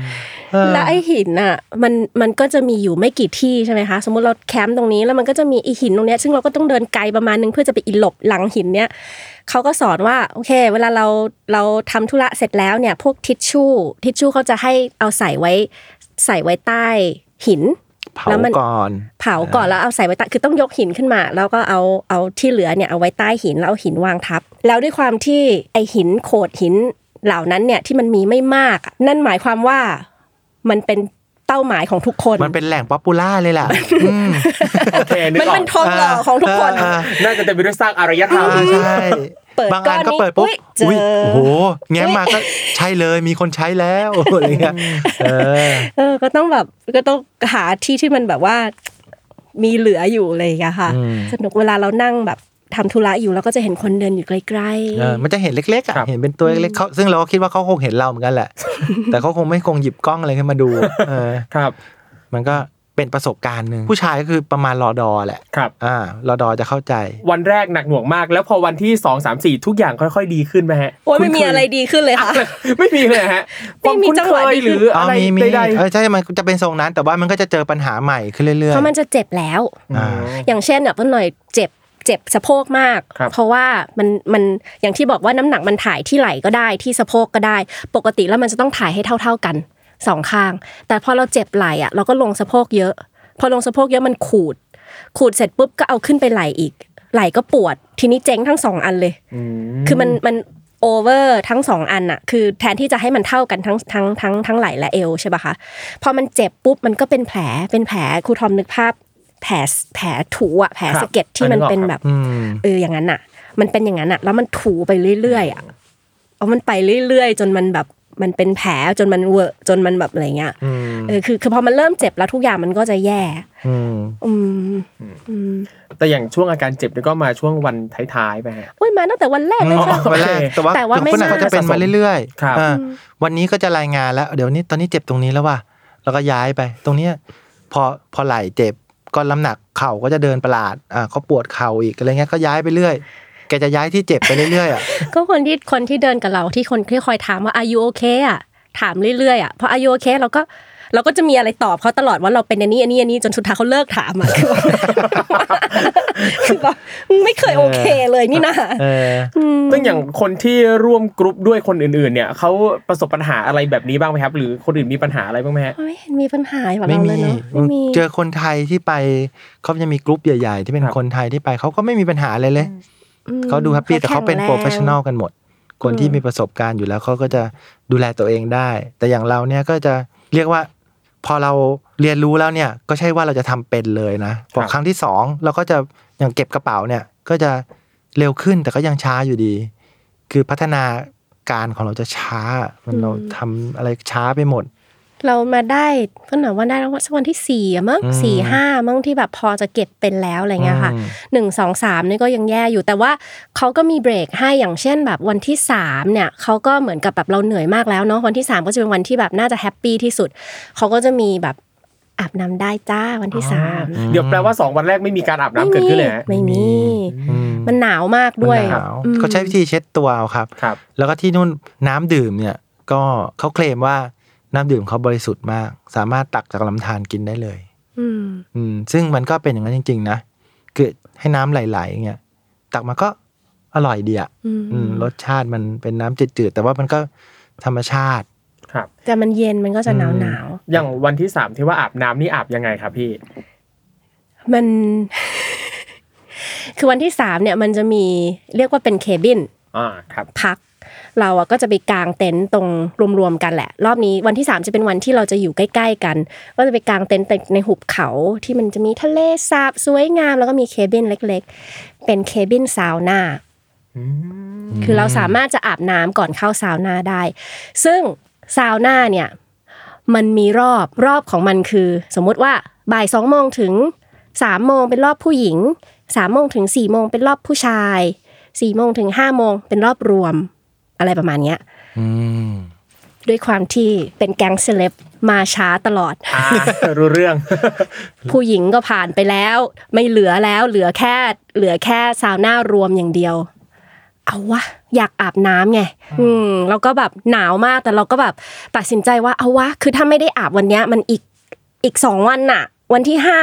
Speaker 3: เออ
Speaker 4: ๆแล้วไอหินอ่ะมันมันก็จะมีอยู่ไม่กี่ที่ใช่ไหมคะ สมมติเราแคมป์ตรงนี้แล้วมันก็จะมีไอหินตรงเนี้ยซึ่งเราก็ต้องเดินไกลประมาณนึงเพื่อจะไปอีหลบหลังหินเนี้ยเขาก็สอนว่าโอเค เวลาเราเราทำธุระเสร็จแล้วเนี่ย พวกทิชชู่ทิชชู่เขาจะให้เอาใส่ไว้ใส่ไว้ใต้หิน
Speaker 3: เผา
Speaker 4: แล้วมัน
Speaker 3: ก่อน
Speaker 4: เผาก่อนแล้วเอาใส่ไว้ใต้คือต้องยกหินขึ้นมา แล้วก็เอาเอาที่เหลือเนี่ยเอาไว้ใต้หินแล้วเอาหินวางทับ แล้วด้วยความที่ไอหินโขดหินเหล่านั้นเนี่ยที่มันมีไม่มากอะนั่นหมายความว่ามันเป็นเป้าหมายของทุกคน
Speaker 3: มันเป็นแหล่งป๊อปปูล่าเลยล่ะอืม
Speaker 2: โอเคนึก
Speaker 4: มัน
Speaker 2: ออก
Speaker 4: เป็นทองหล่อของทุกคน
Speaker 3: อ่า
Speaker 2: น่าจะเต็มไปด้วยซากอารยธรรม
Speaker 3: อ่าใช่
Speaker 4: เปิด
Speaker 3: บางอันก็
Speaker 4: ก้อนนี้
Speaker 3: เปิดปุ๊บ
Speaker 4: อุ๊
Speaker 3: ย
Speaker 4: ยเจออุ๊
Speaker 3: โอ้โหแง้มมาก็ใช่เลยมีคนใช้แล้วอะไรเงี้ยเออ
Speaker 4: เออก็ต้องแบบก็ต้องหาที่ที่มันแบบว่ามีเหลืออยู่อะไรอย่างเงี้ยค่ะ
Speaker 3: อืม
Speaker 4: สนุกเวลาเรานั่งแบบทำธุระอยู่แล้วก็จะเห็นคนเดินอยู่ไกล
Speaker 3: เออมันจะเห็นเล็กๆอ่ะ
Speaker 2: ครับ
Speaker 3: เห็นเป็นตัวเล็กๆเขาซึ่งเราก็คิดว่าเขาคงเห็นเราเหมือนกันแหละ แต่เขาคงไม่คงหยิบกล้องอะไรขึ้นมาดู เออ
Speaker 2: ครับ
Speaker 3: มันก็เป็นประสบการณ์หนึ่งผู้ชายก็คือประมาณรอดอแหละ
Speaker 2: ครับ
Speaker 3: อ่ารอดอจะเข้าใจ
Speaker 2: วันแรกหนักหน่วงมาก แล้วพอวันที่สองสามสี่ทุกอย่างค่อยๆดีขึ้นไหมฮะ
Speaker 4: ๆโอ้ยไม่
Speaker 2: คุ้น
Speaker 4: มี
Speaker 2: เคย
Speaker 4: อะไรดีขึ้นเลยค่ะ
Speaker 2: ไม่มีเลยฮะ
Speaker 4: ไม่มีจังหวะ
Speaker 2: คาม
Speaker 4: นี้
Speaker 2: คุ้นเคยห
Speaker 4: คื
Speaker 2: รือ ออะไร
Speaker 3: มีมี
Speaker 2: ใด
Speaker 3: เออใช่มันจะเป็นทรงนั้น แต่ว่ามันก็จะเจอปัญหาใหม่ขึ้นเรื่อย
Speaker 4: เพราะมัน
Speaker 3: ๆ
Speaker 4: จะเจ็บแล้ว
Speaker 3: อ่า
Speaker 2: ๆ
Speaker 4: อย่างเช่นแบบว่าหน่อยเจ็บเจ็บสะโพกมาก
Speaker 2: ครับ
Speaker 4: เพราะว่ามันมันอย่างที่บอกว่าน้ำหนักมันถ่ายที่ไหล่ก็ได้ที่สะโพกก็ได้ ปกติแล้วมันจะต้องถ่ายให้เท่า ๆกันสองข้าง แต่พอเราเจ็บไหล่อ่ะเราก็ลงสะโพกเยอะ พอลงสะโพกเยอะมันขูด ขูดเสร็จปุ๊บก็เอาขึ้นไปไหล่อีก ไหล่ก็ปวด ทีนี้เจ๊งทั้งสองอันเลย คือมันมันโอเวอร์ทั้งสองอันอะคือแทนที่จะให้มันเท่ากันทั้งทั้งทั้งทั้งไหล่และเอวใช่ปะคะพอมันเจ็บปุ๊บมันก็เป็นแผลเป็นแผลครูทอมนึกภาพ แผลแผลถูอะแผล
Speaker 2: ครับ
Speaker 4: สะเก็ดที่
Speaker 2: อ่ะนึ
Speaker 4: มัน
Speaker 2: กออก
Speaker 4: เป็น
Speaker 2: ครับ
Speaker 4: แบบ
Speaker 3: อืม
Speaker 4: เอออย่างนั้นอะมันเป็นอย่างนั้นอะแล้วมันถูไปเรื่อยๆอะเอามันไปเรื่อยๆ จนมันแบบมันเป็นแผลจนมันเวอะจนมันแบบอะไรเงี้ย
Speaker 3: อืม
Speaker 4: เออคือคือพอมันเริ่มเจ็บแล้วทุกอย่างมันก็จะแย่
Speaker 3: อืม
Speaker 4: อืมอืม
Speaker 2: แต่อย่างช่วงอาการเจ็บเนี่ยก็มาช่วงวันท้ายๆไปฮะ
Speaker 4: โอ้ยมาตั้งแต่วันแรกเลย
Speaker 2: อ๋อ
Speaker 4: ค่ะ
Speaker 2: โเค
Speaker 3: วันแรกแต่ว่า
Speaker 4: แต่ว่าไม่
Speaker 3: คนหนักเขาจะเป็นมาเรื่อย
Speaker 2: ครับ
Speaker 3: ๆอ่าวันนี้ก็จะรายงานแล้ว เดี๋ยวนี้ตอนนี้เจ็บตรงนี้แล้วว่ะแล้วก็ย้ายไป ตรงเนี้ยพอพอไหล่เจ็บก็น้ำหนักเข่าก็จะเดินประหลาดอ่าก็ปวดเข่าอีกอะไรเงี้ยก็ย้ายไปเรื่อยแกจะย้ายที่เจ็บไปเรื่อยๆอ่ะ
Speaker 4: ก็คนที่คนที่เดินกับเราที่คนที่คอยถามว่าอายุโอเคอ่ะถามเรื่อยๆอ่ะพออายุโอเคเราก็เราก็จะมีอะไรตอบเขาตลอดว่าเราเป็นอันนี้อันนี้อันนี้จนสุดท้ายเขาเลิกถามอ่ะ คือแบบ คือแบบไม่เคยโอเคเลยนี่นะ
Speaker 3: เออ
Speaker 2: ซึ่งอย่างคนที่ร่วมกรุ๊ปด้วยคนอื่นๆ เนี่ยเขาประสบปัญหาอะไรแบบนี้บ้างไหมครับ หรือคนอื่นมีปัญหาอะไรบ้างไหมฮะ
Speaker 4: ไม่เห็นมีปัญหาหรอก
Speaker 3: ไม่
Speaker 4: เรา
Speaker 3: มี
Speaker 4: เลยเนาะไม่มี
Speaker 3: เจอคนไทยที่ไปเขาจะมีกลุ่มใหญ่ๆ ที่เป็น
Speaker 2: ครับ
Speaker 3: คนไทยที่ไปเขาก็ไม่มีปัญหาเลยเลย
Speaker 4: ม
Speaker 3: เขาดูแฮปปี้แต่เขาเป็น
Speaker 4: แข็ง
Speaker 3: โปร
Speaker 4: ง
Speaker 3: เฟชชั่นอลกันหมด คน
Speaker 4: อืม
Speaker 3: ที่มีประสบการณ์อยู่แล้วเขาก็จะดูแลตัวเองได้ แต่อย่างเราเนี่ยก็จะเรียกว่า พอเราเรียนรู้แล้วเนี่ยก็ใช่ว่าเราจะทำเป็นเลยนะพอ
Speaker 2: ครับ
Speaker 3: ครั้งที่สองเราก็จะอย่างเก็บกระเป๋าเนี่ยก็จะเร็วขึ้นแต่ก็ยังช้าอยู่ดี คือพัฒนา การของเราจะช้า มันเราทำอะไรช้าไปหมด
Speaker 4: เรามาได้เพื่อนหน่อยว่าได้แล้วว่าสักวันที่สี่อะมั้ง
Speaker 3: อืม
Speaker 4: สี่ห้ามั้งที่แบบพอจะเก็บเป็นแล้วอะไรเงี้ยค่ะ
Speaker 3: อืม
Speaker 4: หนึ่งสองสามนี่ก็ยังแย่อยู่แต่ว่าเขาก็มีเบรกให้อย่างเช่นแบบวันที่สามเนี่ยเขาก็เหมือนกับแบบเราเหนื่อยมากแล้วเนาะวันที่สามก็จะเป็นวันที่แบบน่าจะแฮปปี้ที่สุดเขาก็จะมีแบบอาบน้ำได้จ้าวันที่สาม
Speaker 2: เดี๋ยวแปลว่า 2 วันแรกไม่มีการอาบน้ำเกิดขึ้นเลยฮะ
Speaker 4: ไม่มี
Speaker 3: อืม
Speaker 4: มันหนาวมากด้วย
Speaker 3: มันหนาว
Speaker 4: อืม
Speaker 3: เขาใช้วิธีเช็ดตัวเอาครับ
Speaker 2: ครับ
Speaker 3: แล้วก็ที่นู่นน้ำดื่มเนี่ยก็เขาเคลมว่าน้ำดื่มเขาบริสุทธิ์มาก สามารถตักจากลำธารกินได้เลย
Speaker 4: อืม
Speaker 3: อืมซึ่งมันก็เป็นอย่างนั้นจริง ๆ นะคือให้น้ำไหลๆอย่างเงี้ยตักมาก็อร่อยดีอ่ะ
Speaker 4: อื
Speaker 3: อืม
Speaker 4: ม
Speaker 3: รสชาติมันเป็นน้ำจืดๆแต่ว่ามันก็ธรรมชาติ
Speaker 4: แต่มันเย็นมันก็จะหนาวหนาว
Speaker 2: อย่างวันที่ 3 ที่ว่าอาบน้ำนี่อาบยังไงครับพี่
Speaker 4: ๆมัน คือวันที่สามเนี่ยมันจะมีเรียกว่าเป็นเคบิน
Speaker 2: อ่าครับ
Speaker 4: พัก เราอะก็จะไปกางเต็นท์ตรงรวมๆกันแหละ รอบนี้วันที่สามจะเป็นวันที่เราจะอยู่ใกล้ ๆ กัน ก็จะไปกางเต็นท์ในหุบเขาที่มันจะมีทะเลสาบสวยงาม แล้วก็มีเคบินเล็ก ๆ เป็นเคบินซาวน่า
Speaker 2: อืม
Speaker 4: คือเราสามารถจะอาบน้ำก่อนเข้าซาวน่าได้ ซึ่งซาวน่าเนี่ยมันมีรอบรอบของมันคือ สมมุติว่าบ่ายสองโมงถึงสามโมงเป็นรอบผู้หญิงสามโมงถึงสี่โมงเป็นรอบผู้ชายสี่โมงถึงห้าโมงเป็นรอบรวม อะไรประมาณเนี้ย
Speaker 3: อืม
Speaker 4: ด้วยความที่เป็นแก๊งเซเลบมาช้าตลอด
Speaker 2: อ่า รู้เรื่อง
Speaker 4: ผู้หญิงก็ผ่านไปแล้ว ไม่เหลือแล้วเหลือแค่เหลือแค่ซาวน่ารวมอย่างเดียว เอาวะอยากอาบน้ำไงอืมแล้วก็แบบหนาวมากแต่เราก็แบบตัดสินใจว่าเอาวะคือถ้าไม่ได้อาบวันเนี้ยมันอีกอีกสองวันน่ะ วันที่ห้า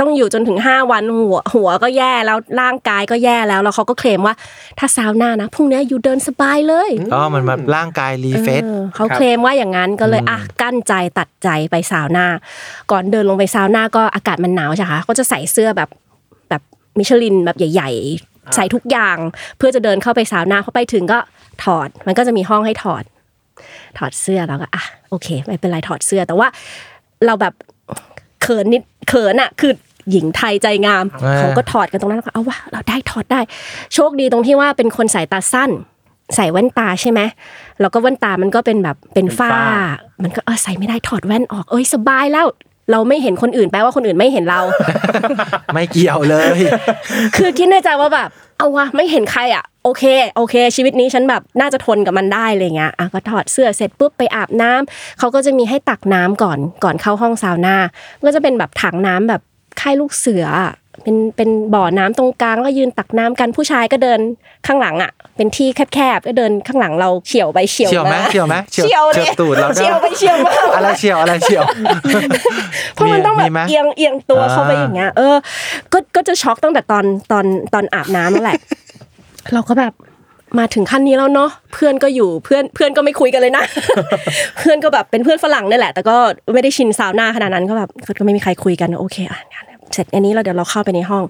Speaker 4: ต้องอยู่จนถึงห้าวันหัวหัวก็แย่แล้วร่างกายก็แย่แล้วแล้วเขาก็เคลมว่า ถ้าซาวน่านะพรุ่งเนี้ยอยู่เดินสบายเลย
Speaker 3: ก็มันมาร่างกายรีเฟซ
Speaker 4: ออเขา
Speaker 2: ครับ
Speaker 4: เคลมว่าอย่างนั้นก็เลยอ่ะกั้นใจตัดใจไปซาวน่าก่อนเดินลงไปซาวน่าก็อากาศมันหนาวใช่ไหมคะก็จะใส่เสื้อแบบแบบมิชลินแบบใหญ่ๆ ใส่ทุกอย่าง เพื่อจะเดินเข้าไปซาวน่าพอไปถึงก็ถอดมันก็จะมีห้องให้ถอด ถอดเสื้อแล้วก็อ่ะโอเค ไม่เป็นไรถอดเสื้อแต่ว่าเราแบบเขินนิดเขินอะคือหญิงไทยใจงาม เขาก็ถอดกันตรงนั้นแล้วก็เอาว่าเราได้ถอดได้ โชคดีตรงที่ว่าเป็นคนสายตาสั้น ใส่แว่นตาใช่ไหมแล้วก็แว่นตามันก็เป็นแบบเป็นฝ้า
Speaker 2: เป็นฝ้
Speaker 4: มันก็เออใส่ไม่ได้ถอดแว่นออก เอ้ยสบายแล้ว เราไม่เห็นคนอื่นแปลว่าคนอื่นไม่เห็นเรา
Speaker 3: ไม่เกี่ยวเลย
Speaker 4: คือคิดในใจว่าแบบ เอาวะไม่เห็นใครอ่ะ โอเค โอเค ชีวิตนี้ฉันแบบน่าจะทนกับมันได้อะไรเงี้ยอ่ะก็ถอดเสื้อเสร็จปุ๊บไปอาบน้ำเขาก็จะมีให้ตักน้ำก่อนก่อนเข้าห้องซาวน่ามันก็จะเป็นแบบถังน้ำแบบค่ายลูกเสืออ่ะเป็นเป็นบ่อน้ำตรงกลางแล้วก็ยืนตักน้ำกันผู้ชายก็เดินข้างหลังอ่ะ เป็นที่แคบๆก็เดินข้างหลังเราเฉียวไปเฉียว
Speaker 3: เฉียวไหม
Speaker 4: มา
Speaker 3: เฉียวไหมเฉียว
Speaker 4: เฉียวเล
Speaker 3: เฉี
Speaker 4: ย
Speaker 3: ยวตูดเราด้วย
Speaker 4: เฉียวไปเฉียวมา
Speaker 3: อะไรเชียวอะไรเชียว
Speaker 4: เพราะมันต้องแบ
Speaker 3: มี
Speaker 4: บ
Speaker 3: ไหม
Speaker 4: เอียงเอียงตัว
Speaker 3: อ่า
Speaker 4: เข้าไปอย่างเงี้ย เออ ก็ก็จะช็อกตั้งแต่ตอนตอนตอนอาบน้ำนั่ นแหละ เราก็แบบมาถึงขั้นนี้แล้วเนาะเพื่อนก็อยู่เพื่อนเพื่อนก็ไม่คุยกันเลยนะ เพื่อนก็แบบเป็นเพื่อนฝรั่งนี่แหละ แต่ก็ไม่ได้ชินซาวน่าขนาดนั้นก็แบบก็ไม่มีใครคุยกันโอเคอ่ะงั้นเสร็จอันนี้เราเดี๋ยวเราเข้าไปในห้อง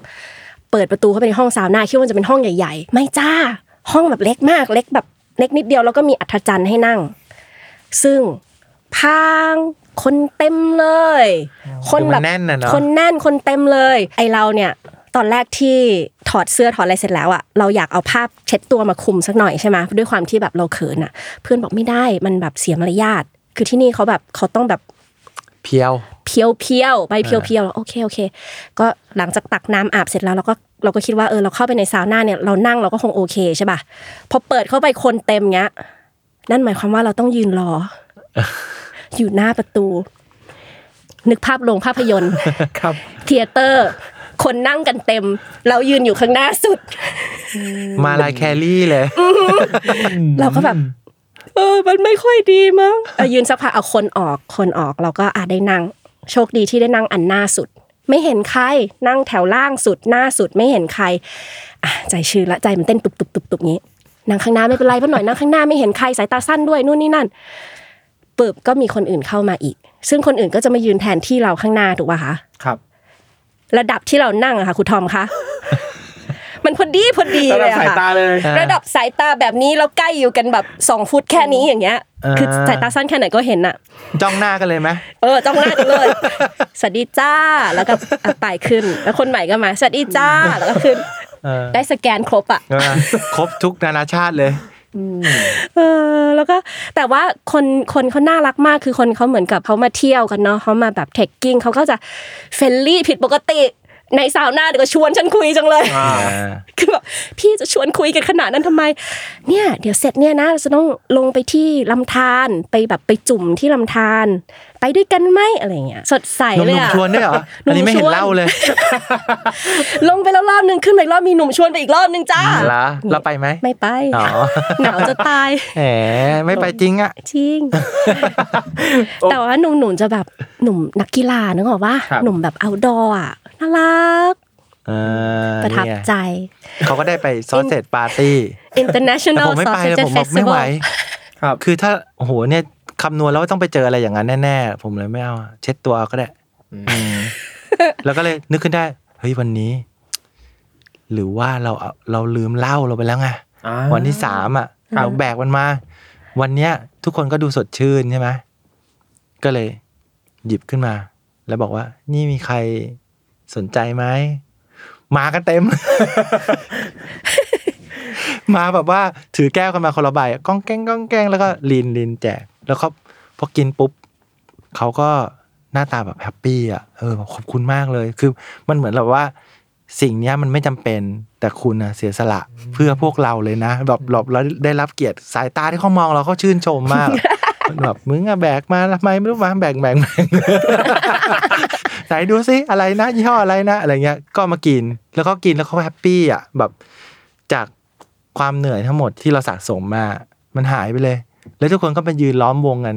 Speaker 4: เปิดประตูเข้าไปในห้องซาวน่าคิดว่ามันจะเป็นห้องใหญ่ ๆ ไม่จ้า ห้องแบบเล็กมาก เล็กแบบเล็กนิดเดียวแล้วก็มีอัฐจันทร์ให้นั่ง ซึ่งพางคนเต็มเลย คน
Speaker 3: คือ
Speaker 4: แบ
Speaker 3: มั
Speaker 4: บ
Speaker 3: นแน่นน่ะเนอะ
Speaker 4: คนแน่นคนเต็มเลย ไอเราเนี่ยตอนแรกที่ถอดเสื้อถอดอะไรเสร็จแล้วอะเราอยากเอาภาพเช็ดตัวมาคลุมสักหน่อยใช่ไหมด้วยความที่แบบเราเขินอะเพื่อนบอกไม่ได้มันแบบเสียมารยาทคือที่นี่เขาแบบเขาต้องแบบ
Speaker 3: เพียว
Speaker 4: เพียวเพียวๆไปเพียวเพียวโอเคโอเค ก็หลังจากตักน้ำอาบเสร็จแล้วเราก็เราก็คิดว่าเออเราเข้าไปในซาวน่าเนี่ยเรานั่งเราก็คงโอเคใช่ป่ะพอเปิดเข้าไปคนเต็มเงี้ยนั่นหมายความว่าเราต้องยืนรอ อยู่หน้าประตู นึกภาพโรงภาพยนตร์
Speaker 2: ครับ
Speaker 4: เทยเตอร์ คนนั่งกันเต็ม เรายืนอยู่ข้างหน้าสุด
Speaker 3: มาลายแครี่เลย
Speaker 4: เราก็แบบ เออ มันไม่ค่อยดีมั้งเออยืนสักพักเอาคนออกคนออกเราก็อาจได้นั่ง โชคดีที่ได้นั่งอันหน้าสุด ไม่เห็นใครนั่งแถวล่างสุดหน้าสุดไม่เห็นใครอ่ะใจชื้นละใจมันเต้นตุบตุบตุบตุบงี้นั่งข้างหน้าไม่เป็นไรเพราะหน่อยนั่งข้างหน้าไม่เห็นใครสายตาสั้นด้วยนู่นนี่นั่นปึ๊บก็มีคนอื่นเข้ามาอีก ซึ่งคนอื่นก็จะมายืนแทนที่เราข้างหน้าถูกป่ะคะ
Speaker 2: ครับ
Speaker 4: ระดับที่เรานั่งอะค่ะครูทอมคะ มันพอดีพอดี
Speaker 2: ระ
Speaker 4: เล
Speaker 2: ดับ
Speaker 4: ยอะ
Speaker 2: สาย
Speaker 4: ค่ะ
Speaker 2: ตาเลย
Speaker 4: ระดับสายตาแบบนี้เราใกล้อยู่กันแบบสองฟุตแค่นี้อย่างเงี้ย
Speaker 3: อ่า
Speaker 4: คือสายตาสั้นแค่ไหนก็เห็นอะ
Speaker 3: จ้องหน้ากันเลยไหม
Speaker 4: เออจ้องหน้ากัน เลย สวัสดีจ้าแล้วก็อ่ะไปขึ้น แล้วคนใหม่ก็มาสวัสดีจ้าแล้วก็ขึ้น
Speaker 3: เออ
Speaker 4: ได้สแกนครบอะ
Speaker 3: เออครบทุกนานาชาติเลย
Speaker 4: เออแล้วก็แต่ว่าคนคนเขาน่ารักมากคือคนเขาเหมือนกับเขามาเที่ยวกันเนาะเขามาแบบเทคกิ้งเขาก็จะเฟรนลี่ผิดปกติในสาวหน้าเดี๋ยวก็ชวนฉันคุยจังเลย
Speaker 2: อ่า
Speaker 4: คือแบบพี่จะชวนคุยกันขนาดนั้นทำไม เนี่ยเดี๋ยวเสร็จเนี่ยนะเราจะต้องลงไปที่ลำธารไปแบบไปจุ่มที่ลำธารไปด้วยกันไหมอะไรเงี้ยสดใส
Speaker 3: หนุ่ม
Speaker 4: เลย
Speaker 3: ๆ
Speaker 4: อะ
Speaker 3: ชวนด้วยเหรอ
Speaker 4: ห
Speaker 3: อั
Speaker 4: นุ่มๆ
Speaker 3: นนี้ไม่เห็
Speaker 4: ชวน น
Speaker 3: เล่าเลย
Speaker 4: ลงไปแล้วรอบนึงขึ้นไปอีกรอบมีหนุ่มชวนไปอีกรอบนึงจ้า
Speaker 3: เหรอเราไปไหม
Speaker 4: ไม่ไป
Speaker 3: อ๋อ
Speaker 4: หนาวจะตาย
Speaker 3: แหมไม่ไปจริงอ่ะ
Speaker 4: จริง แต่ว่าหนุ่มหนุ่มๆจะแบบหนุ่มนักกีฬานึกออกว่า
Speaker 2: ครับ
Speaker 4: หนุ่มแบบเอาดอ่ะน่ารัก
Speaker 3: เออ
Speaker 4: ประทับ
Speaker 3: เนี่ย
Speaker 4: ใจ
Speaker 3: เขาก็ได้ไปซอสเซตปาร์ตี้ แต่
Speaker 4: international
Speaker 3: ผมไม่ไปเลย
Speaker 4: sausage
Speaker 3: ผมบอกไม่ไหว
Speaker 4: festival
Speaker 2: ครับ
Speaker 3: คือถ้าโอ้โหเนี่ยคำนวณแล้วว่าต้องไปเจออะไรอย่างนั้นแน่ๆ ผมเลยไม่เอาอะเช็ดตัวเอาก็ได้อืมแล้วก็เลยนึกขึ้นได้ เฮ้ยวันนี้ หรือว่าเราเอาเราลืมเหล้าเราไปแล้วไง
Speaker 2: อ่า
Speaker 3: วันที่สามอ่ะ
Speaker 2: ครับ
Speaker 3: เราแบกมันมา วันเนี้ย ทุกคนก็ดูสดชื่นใช่ไหมก็เลย หยิบขึ้นมา แล้วบอกว่า นี่มีใครสนใจไหมมากันเต็ม มาแบบว่า ถือแก้วกันมาคนละใบก้องแก้งก้องแก้งแล้วก็ลินลินแจก แล้วเขาพอกินปุ๊บเขาก็หน้าตาแบบแฮปปี้อ่ะเออขอบคุณมากเลย คือมันเหมือนแบบว่า สิ่งเนี้ยมันไม่จำเป็นแต่คุณนะเสียสละเพื่อพวกเราเลยนะ แบบหลบแล้วได้รับเกียรติสายตาที่เขามองเราเขาชื่นชม มาก แบบมึงอะแบกมาทำไมไม่รู้มาแบกแบกแบก ไหนดูซิอะไรนะยี่ห้ออะไรนะอะไรเงี้ยก็มากินแล้วเขากินแล้วเขาแฮปปี้อ่ะแบบจากความเหนื่อยทั้งหมดที่เราสะสมมามันหายไปเลย แล้วทุกคนก็ไปยืนล้อมวงกัน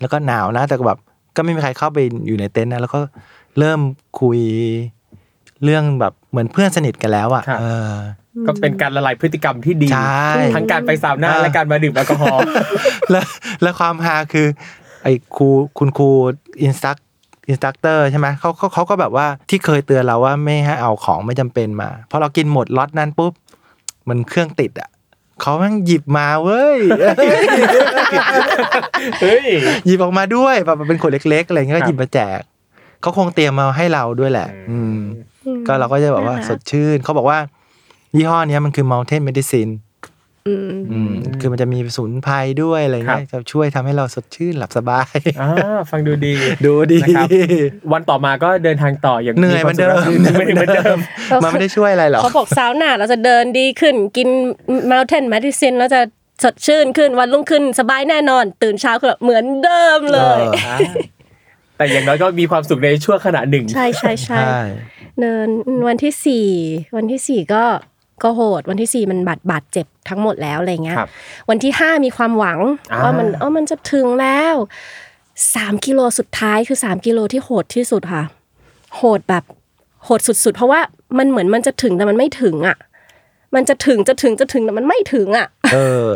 Speaker 3: แล้วก็หนาวนะ แต่ก็แบบก็ไม่มีใครเข้าไปอยู่ในเต็นท์นะแล้วก็เริ่มคุยเรื่องแบบเหมือนเพื่อนสนิทกันแล้วอ่ะ
Speaker 2: ครับ
Speaker 3: เออ
Speaker 2: ก็เป็นการละลายพฤติกรรมที่ดี
Speaker 3: ใช่
Speaker 2: ทั้งการไปสาวหน้าและการมาดื่มแอลกอฮอล์
Speaker 3: แล้วแล้วความฮาคือ ไอ้ครูคุณครูอินสตักอินสตัเตอร์ใช่ไหมเขาเขาเขาก็แบบว่าที่เคยเตือนเราว่าไม่ให้เอาของไม่จำเป็นมาพอเรากินหมดล็อตนั้นปุ๊บ มันเครื่องติดอ่ะเขาแม่งหยิบมาเว้ย
Speaker 2: เฮ้ย
Speaker 3: หยิบออกมาด้วยแบบเป็นขวดเล็กๆอะไรเงี้ย
Speaker 2: ครับ
Speaker 3: ก็หยิบมาแจกเขาคงเตรียมมาให้เราด้วยแหละ อืม ก็เราก็จะแบบว่า
Speaker 4: น่ารัก
Speaker 3: สดชื่น เขาบอกว่า ยี่ห้อเนี้ยมันคือ mountain medicine
Speaker 4: อืม
Speaker 3: อืมคือมันจะมีสมุนไพรด้วยอะไรเงี้ยจะช่วยทำให้เราสดชื่นหลับสบาย
Speaker 2: อ่าฟังดูดี
Speaker 3: ดูดี
Speaker 2: นะครับ วันต่อมาก็เดินทางต่ออย่าง
Speaker 3: เหนื่อยเหมือนเดิม
Speaker 2: เหนื่อยเหมือนเดิ ม
Speaker 3: มันไม่ได้ช่วยอะไรหรอก
Speaker 4: เขาบอกสาวหน้าเราจะเดินดีขึ้น กิน mountain medicine แล้วจะสดชื่นขึ้นวันรุ่งขึ้นสบายแน่นอน ตื่นเช้าคือแบบเหมือนเดิมเลย
Speaker 3: ออ
Speaker 2: แต่อย่างน้อยก็มีความสุขในชั่วขณะหนึ่ง
Speaker 4: ใช่ใช่ใช่
Speaker 3: ใช่
Speaker 4: เนินวันที่สี่วันที่สี่ก็ก็โหด วันที่สี่มันบาดบาดเจ็บทั้งหมดแล้วอะไรเงี้ย
Speaker 2: ครับ
Speaker 4: วันที่ห้ามีความหวัง
Speaker 2: อ่า
Speaker 4: ว่ามันเออมันจะถึงแล้วสามกิโลสุดท้ายคือสามกิโลที่โหดที่สุดค่ะ โหดแบบโหดสุด ๆ เพราะว่ามันเหมือนมันจะถึงแต่มันไม่ถึงอ่ะ มันจะถึงจะถึงจะถึงแต่มันไม่ถึงอ่ะ
Speaker 3: เออ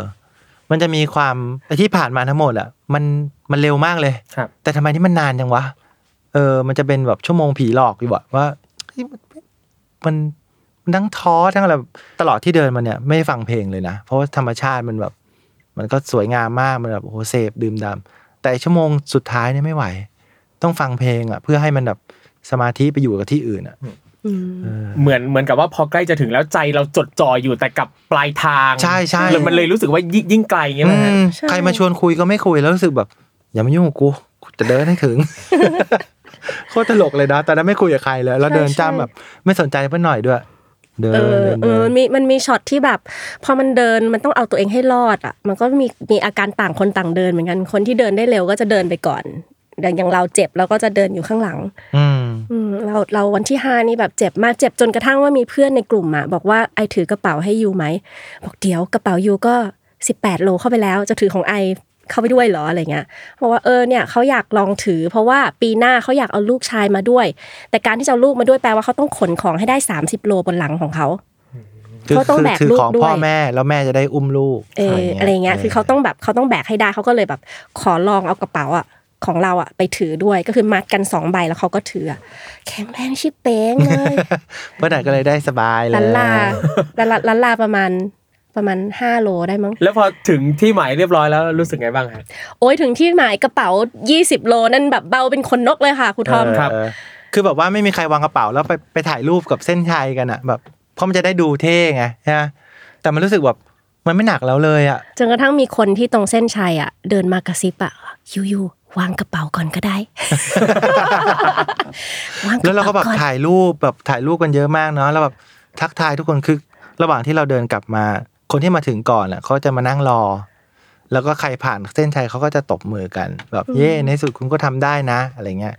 Speaker 3: มันจะมีความไอ้ที่ผ่านมาทั้งหมดอ่ะ มันมันเร็วมากเลย
Speaker 2: ครับ
Speaker 3: แต่ทำไมนี่มันนานจังวะ เออ มันจะเป็นแบบชั่วโมงผีหลอกอยู่อะว่าเฮ้ยมันมันทั้งท้อทั้งอะไรตลอดที่เดินมาเนี่ย ไม่ได้ฟังเพลงเลยนะ เพราะว่าธรรมชาติมันแบบ มันก็สวยงามมาก มันแบบโอ้โหเสพดื่มดำแต่ชั่วโมงสุดท้ายเนี่ยไม่ไหว ต้องฟังเพลงอะเพื่อให้มันแบบสมาธิไปอยู่กับที่อื่นอะ
Speaker 2: เหมือนเหมือนกับว่าพอใกล้จะถึงแล้วใจเราจดจ่ออยู่แต่กับปลายทาง
Speaker 3: ใช่ใช่
Speaker 2: แล้วมันเลยรู้สึกว่ายิ่งยิ่งไกลอย่างเงี้ยนะฮะ
Speaker 3: อืม
Speaker 4: ใช่
Speaker 3: ใครมาชวนคุยก็ไม่คุยแล้วรู้สึกแบบ อย่ามายุ่งกับกูกูจะเดินให้ ถึง โคตรตลกเลยนะตอนนั้นไม่คุยกับใครเลยแล้วเดินจ้ำแบบ ไม่สนใจเพื่อนหน่อยด้วย เดิน
Speaker 4: เออ
Speaker 3: เดิน
Speaker 4: เอ
Speaker 3: เดิ
Speaker 4: อน มันมีมันมีช็อตที่แบบ พอมันเดินมันต้องเอาตัวเองให้รอดอ่ะ มันก็มีมีอาการต่างคนต่างเดินเหมือนกันคนที่เดินได้เร็วก็จะเดินไปก่อนอย่างอย่างเราเจ็บเราก็จะเดินอยู่ข้างหลัง
Speaker 3: อืม
Speaker 4: อืมเราเราวันที่ห้านี่แบบเจ็บมากเจ็บจนกระทั่งว่ามีเพื่อนในกลุ่มอ่ะบอกว่าไอถือกระเป๋าให้ยูไหมบอกเดี๋ยวกระเป๋ายูก็สิบแปดโลเข้าไปแล้วจะถือของไอเข้าไปด้วยเหรออะไรเงี้ยบอกว่าเออเนี่ยเขาอยากลองถือ เพราะว่าปีหน้าเขาอยากเอาลูกชายมาด้วย แต่การที่จะเอาลูกมาด้วยแปลว่าเขาต้องขนของให้ได้ 30 โลบนหลังของเขา
Speaker 3: คือ
Speaker 4: เขาต้อง
Speaker 3: คือ
Speaker 4: แบก
Speaker 3: คือ
Speaker 4: ลูก
Speaker 3: ของ
Speaker 4: ด้วย
Speaker 3: พ่อแม่แล้วแม่จะได้อุ้มลูก
Speaker 4: เอออะไรเงี้ยคือเขาต้องแบบเขาต้องแบกให้ได้เขาก็เลยแบบ ขอลองเอากระเป๋าอ่ะของเราอ่ะไปถือด้วยก็คือมัดกันสองใบแล้วเขาก็ถืออะแข็งแรงชิบเป้งเลย
Speaker 3: เมื่อไหร่ก็เลยได้สบายเลย
Speaker 4: ลันลาลันลาลันลาประมาณประมาณห้าโลได้มั้ง
Speaker 2: แล้วพอถึงที่หมายเรียบร้อยแล้วรู้สึกไงบ้างฮะ
Speaker 4: โอ้ยถึงที่หมายกระเป๋า 20 โลนั่นแบบเบาเป็นคนนกเลยค่ะครูทอม
Speaker 2: ครับ
Speaker 3: เเอคือแบบว่าไม่มีใครวางกระเป๋าแล้วไปไปถ่ายรูปกับเส้นชัยกันอะแบบเพราะมันจะได้ดูเท่ไงใช่ไหมแต่มันรู้สึกแบบ มันไม่หนักแล้วเลยอ่ะ
Speaker 4: จนกระทั่งมีคนที่ตรงเส้นชัยอ่ะ เดินมากระซิบอ่ะยูยูวางกระเป๋าก่อนก็ได้ วาง ก
Speaker 3: แล้วเรา
Speaker 4: ระ
Speaker 3: ก็แบบ
Speaker 4: เป๋าก่อน
Speaker 3: ถ่ายรูปแบบถ่ายรูปกันเยอะมากเนาะแล้วแบบทักทายทุกคนคือระหว่างที่เราเดินกลับมา คนที่มาถึงก่อนอ่ะเขาจะมานั่งรอ แล้วก็ใครผ่านเส้นชัยเขาก็จะตบมือกัน แบบเย่ในสุดคุณก็ทำได้นะ อะไรเงี้ย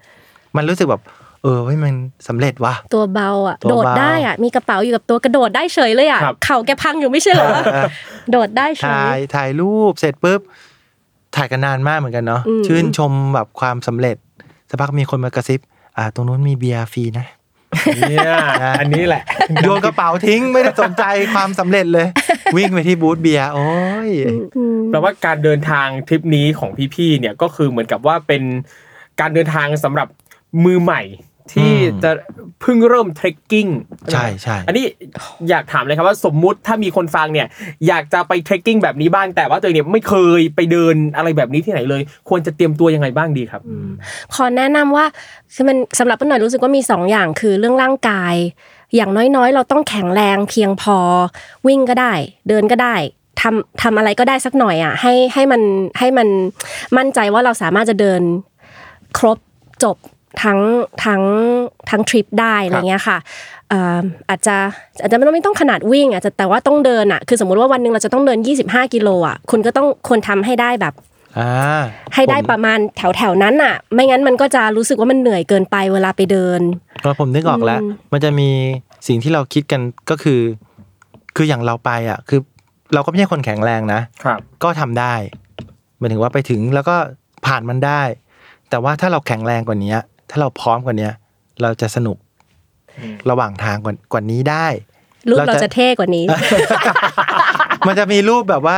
Speaker 3: มันรู้สึกแบบ เออเฮ้ยมันสำเร็จว่ะ
Speaker 4: ตัวเบาอ่ะ
Speaker 3: ตัวเบา
Speaker 4: โดดได้อ่ะ มีกระเป๋าอยู่กับตัวกระโดดได้เฉยเลยอ่ะ
Speaker 2: ครับ
Speaker 4: เข่าแกพังอยู่ไม่ใช่เหรอโดดได้เฉ
Speaker 3: ถ่าย
Speaker 4: ย
Speaker 3: ถ่ายรูปเสร็จปุ๊บถ่ายกันนานมากเหมือนกันเนาะ
Speaker 4: อืม
Speaker 3: ชื่นชมแบบความสำเร็จสักพักมีคนมากระซิบ อ่า ตรงนู้นมีเบียร์ฟรีนะ
Speaker 2: เนี่ยอันนี้แหละ
Speaker 3: โยนกระเป๋าทิ้งไม่ได้สนใจความสำเร็จ เลย วิ่งไปที่บูธเบียร์โอ้ย
Speaker 4: อืม
Speaker 2: แปลว่าการเดินทางทริปนี้ของพี่ๆ เนี่ยก็คือเหมือนกับว่าเป็นการเดินทางสำหรับมือใหม่ ที่
Speaker 3: อืม
Speaker 2: จะเพิ่งเริ่มเทรคกิ้ง
Speaker 3: ใช่ใช่
Speaker 2: อันนี้อยากถามเลยครับว่าสมมุติถ้ามีคนฟังเนี่ยอยากจะไปเทรคกิ้งแบบนี้บ้างแต่ว่าตัวเองเนี่ยไม่เคยไปเดินอะไรแบบนี้ที่ไหนเลย ควรจะเตรียมตัวยังไงบ้างดีครับ
Speaker 4: ขอแนะนำว่าคือมันสำหรับป้าหน่อยรู้สึกว่ามีสองอย่างคือเรื่องร่างกาย อย่างน้อยๆ เราต้องแข็งแรงเพียงพอ วิ่งก็ได้ เดินก็ได้ทำทำอะไรก็ได้สักหน่อยอ่ะให้ให้มันให้มันมั่นใจว่าเราสามารถจะเดินครบจบทั้งทั้งทั้งทริปได้อะไรเงี้ยค่ะเอ่ออาจจะอาจจะไม่ต้องไม่ต้องขนาดวิ่งอาจจะแต่ว่าต้องเดินอ่ะคือสมมติว่าวันหนึ่งเราจะต้องเดิน 25 กิโลอ่ะคุณก็ต้องควรทำให้ได้แบบ
Speaker 3: อ่า
Speaker 4: ให้ได้ประมาณแถวแถวๆนั้นอ่ะ ไม่งั้นมันก็จะรู้สึกว่ามันเหนื่อยเกินไปเวลาไปเดิน
Speaker 3: ตอนผมนึกออกแล้ว
Speaker 4: อืม
Speaker 3: มันจะมีสิ่งที่เราคิดกันก็คือ คืออย่างเราไปอ่ะ คือเราก็ไม่ใช่คนแข็งแรงนะ
Speaker 2: ครับ
Speaker 3: ก็ทำได้หมายถึงว่าไปถึงแล้วก็ผ่านมันได้ แต่ว่าถ้าเราแข็งแรงกว่านี้ ถ้าเราพร้อมกว่านี้ เราจะสนุกระหว่างทางกว่ากว่านี้ได้
Speaker 4: รูป
Speaker 3: เราจะ
Speaker 4: เราจะเท่กว่านี้
Speaker 3: มันจะมีรูปแบบว่า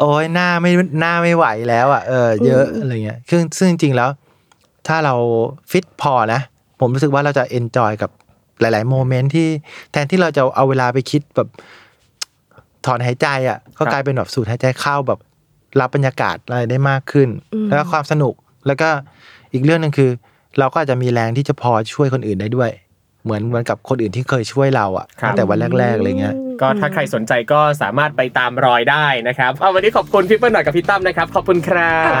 Speaker 3: โอ้ยหน้าไม่หน้าไม่ไหวแล้วอ่ะเออเยอะอะไรเงี้ยซึ่งซึ่งจริงๆแล้ว ถ้าเราฟิตพอนะ ผมรู้สึกว่าเราจะเอนจอยกับหลาย ๆ โมเมนต์ที่แทนที่เราจะเอาเวลาไปคิดแบบ ถอนหายใจอ่ะ ก็กลายเป็นแบบสูดหายใจเข้าแบบ รับบรรยากาศอะไรได้มากขึ้น
Speaker 4: อืม
Speaker 3: แล้วก็ความสนุกแล้วก็อีกเรื่องหนึ่งคือ เราก็อาจจะมีแรงที่จะพอช่วยคนอื่นได้ด้วย เหมือนเหมือนกับคนอื่นที่เคยช่วยเราอ่ะตั้งแต่วันแรกๆอะไรเงี้ย
Speaker 2: ก็ถ้าใครสนใจก็สามารถไปตามรอยได้นะครับเอาวันนี้ขอบคุณพี่เปิ้ลหน่อยกับพี่ตั้มนะครับขอบคุณครับ
Speaker 3: ขอ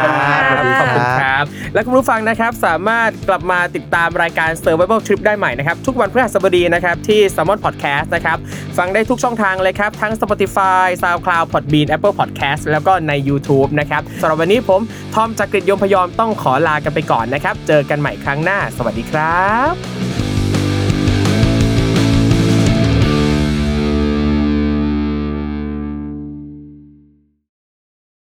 Speaker 3: บคุณ
Speaker 2: ข
Speaker 3: ค
Speaker 2: อบบ
Speaker 3: รั
Speaker 2: คุณครับ และคุณผู้ฟังนะครับสามารถกลับมาติดตามรายการ Survival Trip ได้ใหม่นะครับ ทุกวันพฤหัสบดีนะครับที่ s ซ m o n Podcast นะครับ ฟังได้ทุกช่องทางเลยครับ ทั้ง Spotify SoundCloud Podbean Apple Podcast แล้วก็ใน YouTube นะครับสำหรับวันนี้ผม ทอมจักริดยมพยอมต้องขอลากันไปก่อนนะครับ เจอกันใหม่ครั้งหน้า สวัสดีครับ